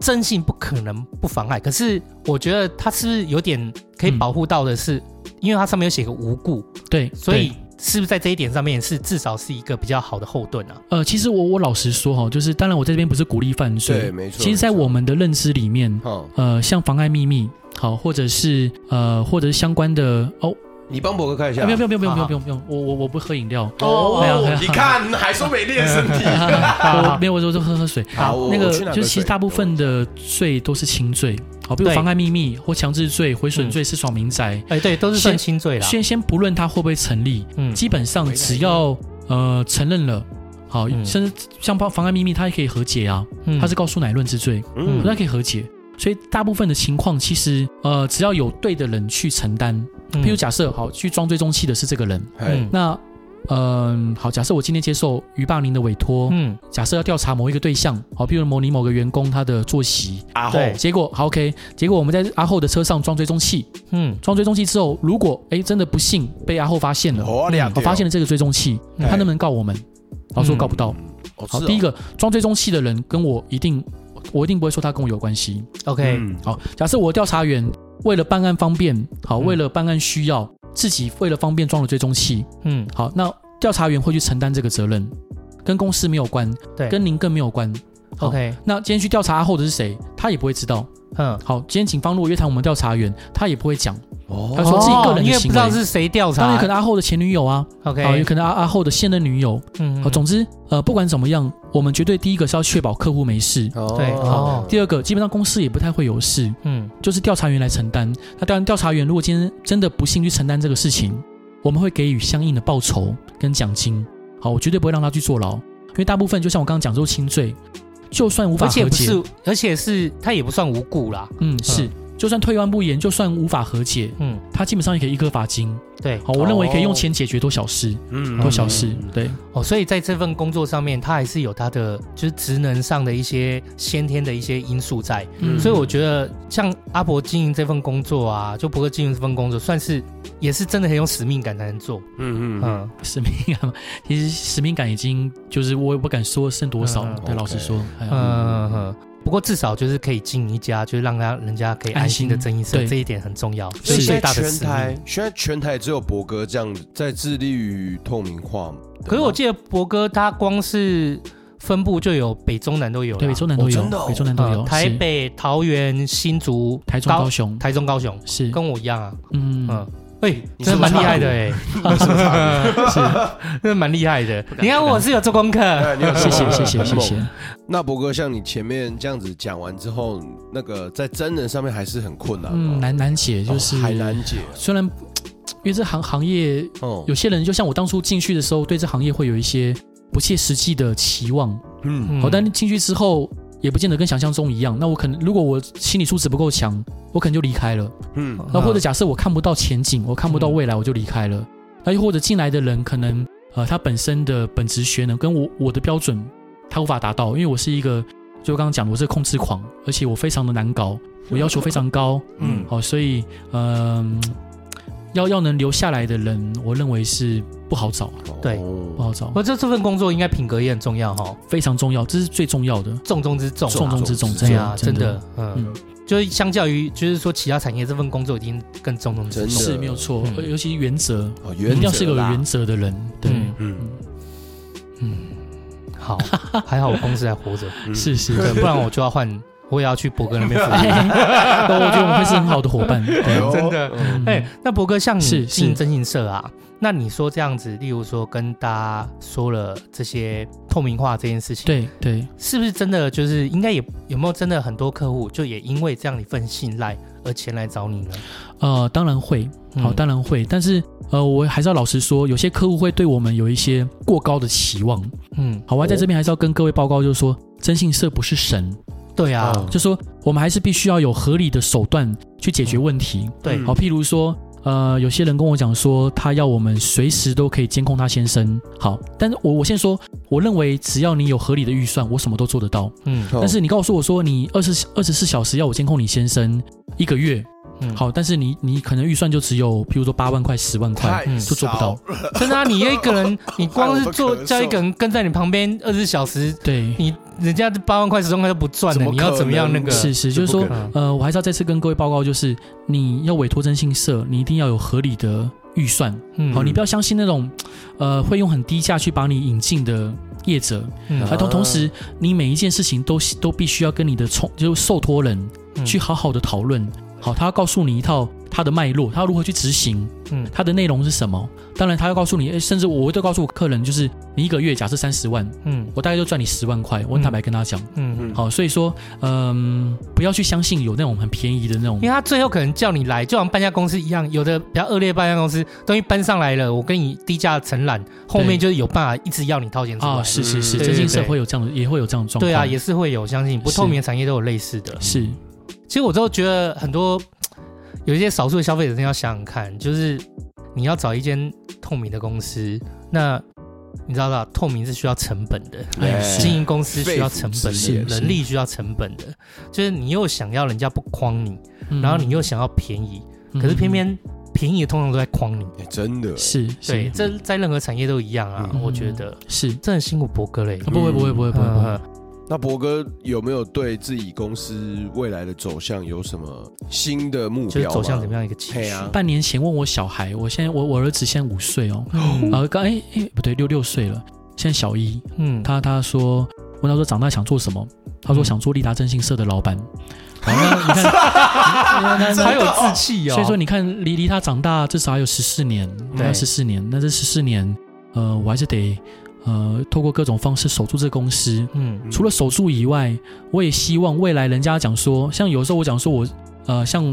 A: 征信不可能不妨碍，可是我觉得它是不是有点可以
C: 嗯
A: 保护到的是，因为它上面有写个无故，
C: 对，
A: 所
C: 对
A: 以是不是在这一点上面也是至少是一个比较好的后盾啊？
C: 呃，其实我我老实说哈，就是当然我在这边不是鼓励犯
B: 对，
C: 罪，
B: 没错。
C: 其实，在我们的认知里面，
B: 哦，
C: 呃，像妨碍秘密，好，或者是呃，或者是相关的哦，啊
B: 你帮博哥看一下。
C: 不用哎不用不用不
A: 好
C: 用不用不用，我我我不喝饮料，没有没
B: 哦
C: 有，
B: 你看还说没练身体。
C: 嗯我没有我就喝喝水。
B: 好，我
C: 嗯那
B: 我去拿
C: 个就
B: 水
C: 其实大部分的罪都是轻罪，好，比如
A: 对
C: 妨碍秘密或强制罪、毁损罪、私闯民宅。
A: 哎、对，都是算
C: 先
A: 轻罪啦。
C: 先先不论它会不会成立，
A: 嗯，
C: 基本上只要呃承认了，好，
A: 嗯
C: 甚至像妨妨碍秘密，它也可以和解啊，
A: 嗯
C: 它是告诉乃论之罪，
B: 嗯
C: 那可以和解。所以大部分的情况，其实呃，只要有对的人去承担，
A: 嗯
C: 譬如，假设好去装追踪器的是这个人，
B: 哎，
C: 那嗯、好，假设我今天接受于霸宁的委托，
A: 嗯
C: 假设要调查某一个对象，好，譬如某你某个员工他的作息，
B: 阿后
A: 对
C: 结果好 OK，结果我们在阿后的车上装追踪器，
A: 嗯
C: 装追踪器之后，如果哎真的不幸被阿后发现了，
A: 哦
B: 我俩
C: 我发现了这个追踪器，
A: 嗯
C: 他能不能告我们？老实说告不到。
B: 哦
C: 好，第一，个装追踪器的人跟我一定，我一定不会说他跟我有关系。
A: ，OK，
B: 嗯
C: 好，假设我调查员为了办案方便，好，
A: 嗯
C: 为了办案需要，自己为了方便装了追踪器，
A: 嗯，
C: 好，那调查员会去承担这个责任，跟公司没有关，
A: 对，
C: 跟您更没有关。好
A: OK，
C: 那今天去调查阿后的是谁，他也不会知道。
A: 嗯，
C: 好，今天警方如果约谈我们调查员，他也不会讲。
B: 哦
C: 他说自己个人的
A: 因为不
C: 行
A: 知道
C: 为
A: 是谁调查，
C: 当然，可能阿后的前女友啊，
A: OK，
C: 好，有可能阿阿后的现任女友。
A: 嗯
C: 好，总之，呃，不管怎么样，我们绝对第一个是要确保客户没事。
A: 对
B: 哦
A: 好，
C: 第二个，基本上公司也不太会有事，
A: 嗯
C: 就是调查员来承担。那当然，调查员如果今天真的不幸去承担这个事情，我们会给予相应的报酬跟奖金。好，我绝对不会让他去坐牢，因为大部分就像我刚刚讲，都是轻罪，就算无法
A: 而且
C: 和
A: 不
C: 解，
A: 是，而且是他也不算无故啦，
C: 嗯，是，就算退一万步言，就算无法和解，
A: 嗯，
C: 他基本上也可以一颗罚金。
A: 对，
C: 好，我认为可以
B: 哦
C: 用钱解决多小事，
B: 嗯
C: 多小事。对，
A: 哦，所以在这份工作上面，他还是有他的就是职能上的一些先天的一些因素在，
B: 嗯
A: 所以我觉得像阿伯经营这份工作啊，就博哥经营这份工作，算是也是真的很有使命感才能做，
B: 嗯嗯嗯
A: 嗯，
C: 使命感嘛，其实使命感已经就是我也不敢说剩多少，
A: 嗯
C: 对，老实
B: OK
C: 说，哎呀
A: 嗯嗯，不过至少就是可以经营一家，就是让他人家可以安心的
C: 安心
A: 争一生，
C: 对
A: 这一点很重要，
B: 所以
A: 这
C: 是
A: 是
B: 现
A: 最
B: 在
A: 大的
B: 全
A: 使命。
B: 台现在全台只有博哥这样在致力于透明化嘛。
A: 可是我记得博哥他光是分布就有北中南都有啦，
C: 对，北中南都
B: 哦
C: 有
B: 真的哦，
C: 北中南都
A: 呃
C: 有，
A: 台
C: 是、
A: 北、桃园、新竹、
C: 台中、高雄，
A: 台中、高雄，
C: 是，
A: 跟我一样啊，
C: 嗯，
A: 嗯，哎，
B: 你
A: 真的蛮
B: 是不
A: 厉
B: 是
A: 害的哎， 是，真的蛮厉害的。你看我是有做功课，
B: 哎 你有
C: 谢谢谢谢谢
B: 猛
C: 谢。
B: 那博哥，像你前面这样子讲完之后，那个在真人上面还是很困难吗，
C: 嗯，难难解
B: 哦
C: 就是，
B: 还难解
C: 虽然因为这行行业
B: 哦。
C: 有些人，就像我当初进去的时候，对这行业会有一些不切实际的期望，
B: 嗯，
A: 嗯
C: 好，但进去之后也不见得跟想象中一样。那我可能如果我心理素质不够强，我可能就离开了。
B: 嗯
A: 嗯
C: 那或者假设我看不到前景，我看不到未来，我就离开了。那又或者进来的人可能呃，他本身的本职学能跟我我的标准他无法达到，因为我是一个就刚刚讲的我是控制狂，而且我非常的难搞，我要求非常高，哦
B: 嗯
C: 好、所以嗯、要要能留下来的人，我认为是不好找啊，
A: 对
C: 不
B: 哦
C: 好找
A: 我，这这份工作应该品格也很重要哈，
C: 非常重要，这是最重要的，
A: 重中之重啊，
C: 重中之重，
B: 重
A: 对
C: 真
A: 啊，
C: 的
A: 真
C: 的
A: 的，嗯
C: 嗯，
A: 就是相较于就是说其他产业，这份工作已经更重中之
B: 真
A: 重。
B: 的
C: 是没有错，
A: 嗯
C: 尤其原则，
B: 哦，
C: 一
B: 原
C: 定
B: 则
C: 要是个有
B: 啦
C: 原则的人，对，
A: 嗯
B: 嗯，
A: 好， 还好我公司还活着，
B: 嗯
C: 是 是，
A: 对，不然我就要换，我也要去博哥 那边服务。
C: 我觉得我们会是很好的伙 伴，
B: 哎
C: 对
B: 呦
A: 真的
B: 嗯
C: 嗯
A: 哎、那博哥，像你
C: 是
A: 经营
C: 是
A: 征信社啊，那你说这样子，例如说跟大家说了这些透明化这件事情，，
C: 对对，
A: 是不是真的就是应该也有没有真的很多客户就也因为这样一份信赖而前来找你呢？
C: 呃，当然会，好，
A: 嗯
C: 当然会，但是呃，我还是要老实说，有些客户会对我们有一些过高的期望。
A: 嗯，
B: 哦
C: 好，我在这边还是要跟各位报告，就是说，征信社不是神，
A: 对啊，
B: 嗯
C: 就说我们还是必须要有合理的手段去解决问题。
A: 对，
B: 嗯
C: 好，譬如说，呃，有些人跟我讲说，他要我们随时都可以监控他先生。好，但是我我先说，我认为只要你有合理的预算，我什么都做得到。
A: 嗯
B: 哦
C: 但是你告诉我说，你二十二十四小时要我监控你先生一个月，
A: 嗯，
C: 好，但是你你可能预算就只有，譬如说八万块、十万块。
B: 太
C: 就做不到
B: 少，
A: 真的、啊，你一个 人，你光是
B: 哎我都
A: 做
B: 咳嗽
A: 叫一个人跟在你旁边二十小时，
C: 对，
A: 你人家八万块、十万块都不赚
B: 怎
A: 的，
B: 么
A: 你要怎么样那
B: 可
A: 个？
B: 能
C: 是是，就是
B: 这不
C: 说
B: 可，能
C: 呃，我还是要再次跟各位报告，就是你要委托征信社，你一定要有合理的预算。
A: 嗯
C: 好，你不要相信那种，呃，会用很低价去把你引进的业者。
B: 啊
A: 嗯
C: 而同同时，你每一件事情都都必须要跟你的从就是受托人
A: 嗯
C: 去好好的讨论。好，他要告诉你一套他的脉络，他要如何去执行，
A: 嗯
C: 他的内容是什么。当然，他要告诉你，诶甚至我会都告诉我客人，就是你一个月假设三十万，
A: 嗯
C: 我大概就赚你十万块。我很坦白跟他讲，
A: 嗯嗯
B: 嗯，
C: 好，所以说，嗯，不要去相信有那种很便宜的那种
A: 因为，他最后可能叫你来，就像搬家公司一样，有的比较恶劣的搬家公司，东西搬上来了，我跟你低价承揽，后面就是有办法一直要你掏钱出来。
C: 啊，是是是，
B: 嗯
A: 对
C: 真
A: 对
C: 心社
A: 对
C: 会有这样的，也会有这样的状况。
A: 对啊，也是会有，相信不透明的产业都有类似的。
C: 是，
A: 其实我都觉得很多有一些少数的消费者，真的要想想看，就是你要找一间透明的公司，那你知道吧？透明是需要成本的，
C: 哎
B: 哎
C: 是
A: 经营公司需要成本
C: 是
A: 的，
C: 是
A: 人力需要成本的，就是你又想要人家不诓你，
C: 嗯
A: 然后你又想要便宜，
C: 嗯
A: 可是偏偏便宜的通常都在诓你。
B: 哎真的
C: 是
A: 对，
C: 是
A: 这在任何产业都一样啊，
C: 嗯
A: 我觉得
C: 是，
A: 真的辛苦博哥嘞。
C: 啊不会不会不会不会不会，
A: 嗯
B: 那博哥有没有对自己公司未来的走向有什么新的目标？
A: 就是走向怎么？样一个期
B: 对
A: 许？
B: 啊，
C: 半年前问我小孩，我现在我我儿子现在五岁哦，
A: 嗯
C: 呃，刚哎哎不对，六六岁了，现在小一，
A: 嗯，
C: 他他说问他说长大想做什么，他说
A: 嗯
C: 想做利达征信社的老板。好，那 你看 那，那那
A: 还有志气哦。
C: 所以说，你看离离他长大至少还有十四年，
A: 对
C: 那十四年，那这十四年，呃，我还是得呃，透过各种方式守住这公司。
A: 嗯
C: 除了守住以外，我也希望未来人家讲说，像有时候我讲说我，呃，像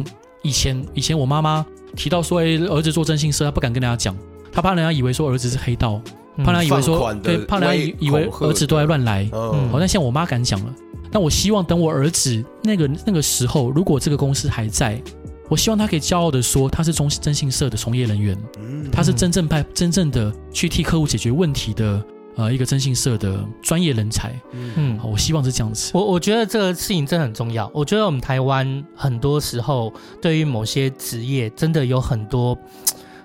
C: 以前以前我妈妈提到说，哎、儿子做征信社，她不敢跟大家讲，她怕人家以为说儿子是黑道，
A: 嗯
C: 怕人家以为
B: 放
C: 说，
B: 款的
C: 对，怕人家以
B: 威
C: 以为
B: 恐吓
C: 儿子都在乱来。
A: 嗯
B: 嗯
C: 好，但现在我妈敢讲了。但我希望等我儿子那个那个时候，如果这个公司还在，我希望他可以骄傲的说，他是中征信社的从业人员，
B: 嗯
C: 他是真正派真正的去替客户解决问题的呃一个征信社的专业人才。
B: 嗯
A: 嗯
C: 好，，我希望是这样子。
A: 我我觉得这个事情真的很重要。我觉得我们台湾很多时候对于某些职业真的有很多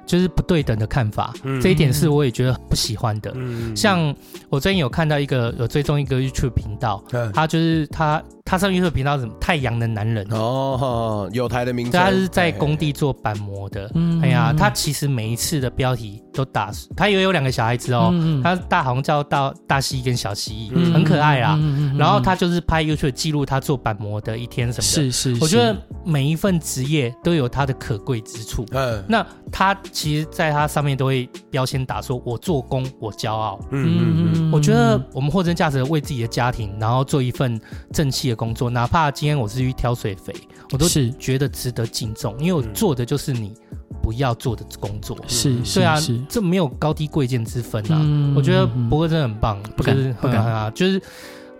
A: 就是不对等的看法，
B: 嗯
A: 这一点是我也觉得不喜欢的。
B: 嗯
A: 像我最近有看到一个有追踪一个 YouTube 频道，
B: 嗯
A: 他就是他他上 YouTube 频道是什么太阳能男人，
B: 哦，有台的名字，
A: 对，他是在工地做板模的。
C: 嗯
A: 哎呀，他其实每一次的标题都打，他也有两个小孩子哦，
C: 嗯嗯
A: 他大好像叫大大蜥蜴跟小蜥蜴，
B: 嗯
A: 很可爱啦。
C: 嗯嗯嗯
A: 然后他就是拍 YouTube 记录他做板模的一天什么的。
C: 是是，
A: 我觉得
C: 是
A: 每一份职业都有它的可贵之处。
B: 嗯
A: 那他其实在他上面都会标签打说，我做工我骄傲。
B: 嗯嗯嗯，
A: 我觉得我们货真价实的为自己的家庭，然后做一份正气的工作，哪怕今天我是去挑水肥，我都
C: 是
A: 觉得值得敬重，因为我
B: 嗯
A: 做的就是你不要做的工作。
C: 是是
A: 对啊
C: 是，
A: 这没有高低贵贱之分啊。
C: 嗯
A: 我觉得
C: 嗯嗯
A: 博哥真的很棒，
C: 不敢
A: 就是
C: 不敢
A: 啊，就是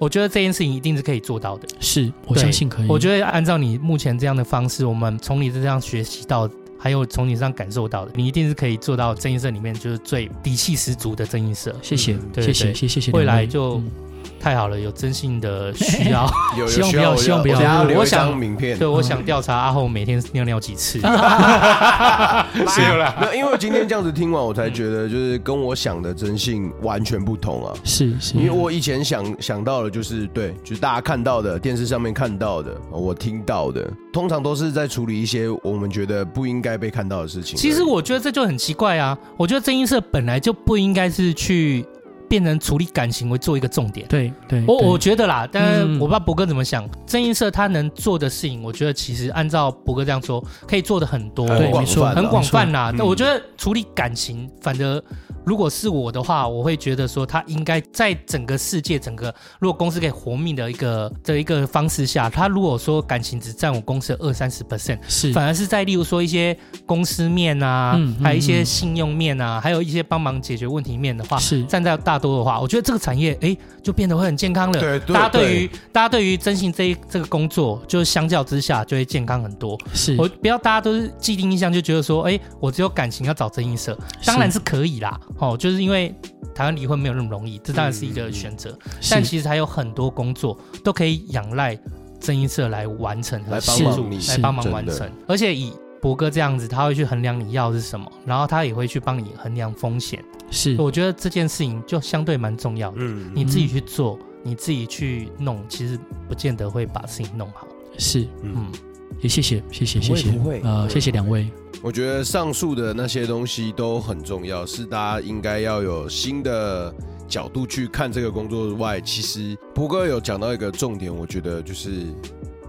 A: 我觉得这件事情一定是可以做到的。
C: 是我
A: 对
C: 相信可以。
A: 我觉得按照你目前这样的方式，我们从你身上学习到，还有从你身上感受到的，你一定是可以做到正义社里面就是最底气十足的正义社。
C: 谢谢
B: 嗯
A: 对
C: 谢谢
A: 对
C: 谢谢谢谢两位。
A: 未来就
C: 嗯
A: 太好了，有真心的需 要。
B: 有有
C: 希
B: 需我
C: 望不要
B: 就
C: 希望不要
B: 我等下留
A: 我
B: 一
A: 想
B: 张名片。
A: 对，我想调查阿后每天尿尿几次。
B: 没有啦，没有，因为我今天这样子听完，我才觉得就是跟我想的真性完全不同啊。
C: 是是
B: 因为我以前想想到的，就是对，就是大家看到的电视上面看到的，哦我听到的，通常都是在处理一些我们觉得不应该被看到的事情而已。
A: 其实我觉得这就很奇怪啊！我觉得正音社本来就不应该是去变成处理感情为做一个重点。
C: 对哎对，
A: 我
C: 对
A: 我觉得啦，但是
C: 嗯
A: 我不知道博哥怎么想。正音社他能做的事情，我觉得其实按照博哥这样说，可以做的很多，
B: 很
C: 对
B: 广
C: 没错
B: 泛啊，
A: 很广泛啦。
B: 没错
A: 但
B: 嗯
A: 我觉得处理感情，反而如果是我的话，我会觉得说他应该在整个世界、整个如果公司可以活命的一个的一个方式下，他如果说感情只占我公司的二三十 percent。
C: 是
A: 反而是在例如说一些公司面啊，
C: 嗯嗯
A: 还有一些
C: 嗯
A: 信用面啊，还有一些帮忙解决问题面的话，
C: 是
A: 站在大多的话，我觉得这个产业哎、诶就变得会很健康了。
B: 对对
A: 大家对于大家对于征信这一这个工作，就是相较之下就会健康很多。
C: 是
A: 我不要大家都是既定印象就觉得说，哎、我只有感情要找真音社，当然是可以啦。哦，就是因为台湾离婚没有那么容易，这当然是一个选择。但
C: 是
A: 其实还有很多工作都可以仰赖正音社来完成和
B: 来
A: 协
B: 帮
A: 助
B: 忙你
A: 来
C: 是
A: 帮忙
B: 真
A: 完
B: 的
A: 成。而且以博哥这样子，他会去衡量你要的是什么，然后他也会去帮你衡量风险。
C: 是
A: 我觉得这件事情就相对蛮重要的，
B: 嗯
A: 你自己去做，你自己去弄，其实不见得会把事情弄好。
C: 是，
A: 嗯，
C: 也谢谢谢谢谢
B: 不会
C: 谢
B: 不会，
C: 呃，
B: 不会
C: 谢谢两位，
B: 我觉得上述的那些东西都很重要，是大家应该要有新的角度去看这个工作之外，其实博哥有讲到一个重点，我觉得就是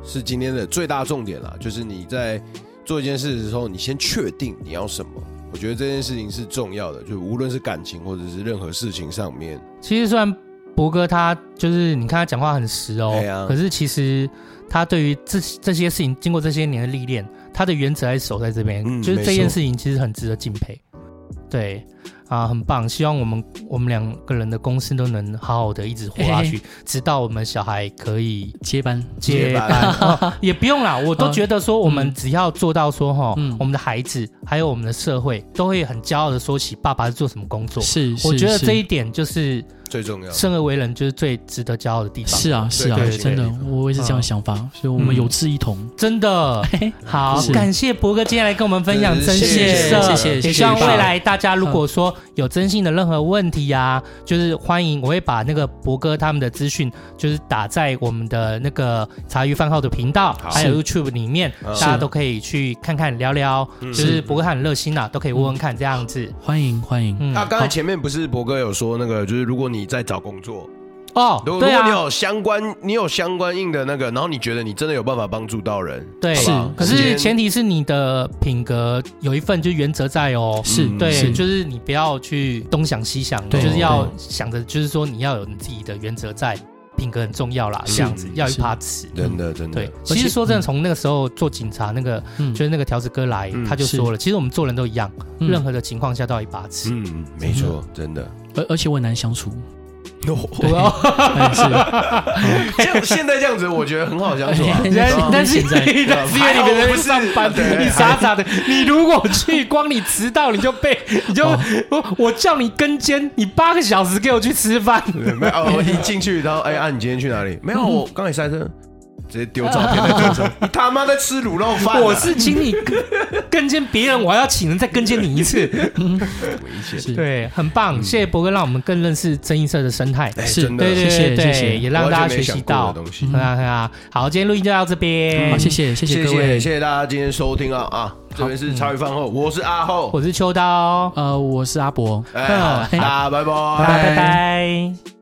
B: 是今天的最大重点啦，就是你在做一件事的时候，你先确定你要什么。我觉得这件事情是重要的，就无论是感情或者是任何事情上面，
A: 其实虽然博哥他就是你看他讲话很实哦，
B: 对啊
A: 可是其实他对于这这些事情经过这些年的历练，他的原则还是守在这边，
B: 嗯
A: 就是
B: 没
A: 这件
B: 错
A: 事情其实很值得敬佩。对啊，很棒！希望我们我们两个人的公司都能好好的一直活下去，
C: 嘿
A: 直到我们小孩可以
C: 接班
A: 接
B: 接班
A: 班、 哦也不用啦。我都
C: 嗯
A: 觉得说，我们
C: 嗯
A: 只要做到说哈，
C: 嗯
A: 我们的孩子还有我们的社会都会很骄傲的说起爸爸是做什么工作。
C: 是，是
A: 我觉得
C: 是
A: 这一点就是
B: 最重要。
A: 生而为人就是最值得骄傲的地方。
C: 是啊是啊
B: 对，对
C: 真的
B: 对，
C: 我也是这样想法，所以我
A: 嗯
C: 们有志一同。
A: 真的好，
C: 是
A: 感谢博哥今天来跟我们分享真
B: 谢
A: 心
B: 谢
A: 社，
B: 谢
C: 谢谢
A: 也希望
C: 谢谢
A: 未来大家如果说有真心的任何问题呀、就是欢迎我会把那个博哥他们的资讯，就是打在我们的那个茶余饭后的频道，
B: 好
A: 还有 YouTube 里面，
B: 嗯
A: 大家都可以去看看聊聊，就是
C: 是
A: 博哥他很热心啊，都可以问问看这样子。
C: 欢迎欢迎，
A: 嗯，
B: 啊，刚才
A: 好
B: 前面不是博哥有说那个，就是如果你在找工作，
A: 哦
B: 如，果
A: 对
B: 如果你
A: 啊，
B: 有相关，你有相关应的那个，然后你觉得你真的有办法帮助到人，
A: 对，
B: 好不好
C: 是
A: 可
B: 今
A: 是
B: 天
A: 前提是你的品格有一份就原则在哦。
C: 是
B: 嗯
A: 对，
C: 是
A: 就是你不要去东想西想，就
C: 对
A: 是要
C: 对
A: 想着，就是说你要有你自己的原则在，品格很重要啦，
B: 是
A: 这样子要一
C: 是
A: 把尺。
B: 真的真的
A: 嗯对，其实说真的，从那个时候做警察，那个
C: 嗯
A: 就是那个条子哥来，
B: 嗯
A: 他就说了，其实我们做人都一样，
C: 嗯
A: 任何的情况下都要一把尺。
B: 嗯，没错，真的。
C: 而而且我很难相 处，
A: 我要
C: 哎是，
B: 这样现在这样子，我觉得很好相处 啊。
A: 但
C: 哦
A: 但是
C: 现在
A: 但 是因为
B: 哎
A: 你们在上班，
B: 哦对哎
A: 你傻傻的。你如果去，光你迟到你就被你就
C: 哦
A: 我我叫你跟监，你八个小时给我去吃饭。
B: 对没有，哦我一进去，然后哎啊，你今天去哪里？没有，我刚才塞车，直接丢照片在 桌上。你他妈在吃卤肉饭啊？
A: 我是请你跟跟监别人，我还要请人再跟监你一 次。
B: 危险，
C: 是
A: 对，很棒，谢谢博哥，让我们更认识真映社的生态。
B: 哎
C: 是
B: 真的
A: 对，对
C: 谢谢
A: 对
C: 谢谢
A: 对，也让
B: 完全
A: 大家
B: 没
A: 学
B: 想
A: 习
B: 过的
A: 到。嗯
B: 东西
A: 很。好很好，啊好，今天录音就到这边
C: 嗯好，。谢谢谢
B: 谢
C: 各
B: 谢
C: 位，
B: 谢谢大家今天收听啊啊！这边是
A: 嗯
B: 茶余饭后，我是阿后，
A: 我是秋刀，
C: 呃，我是阿伯，
A: 嗯
B: 哎，好大家拜拜
A: 大家拜拜。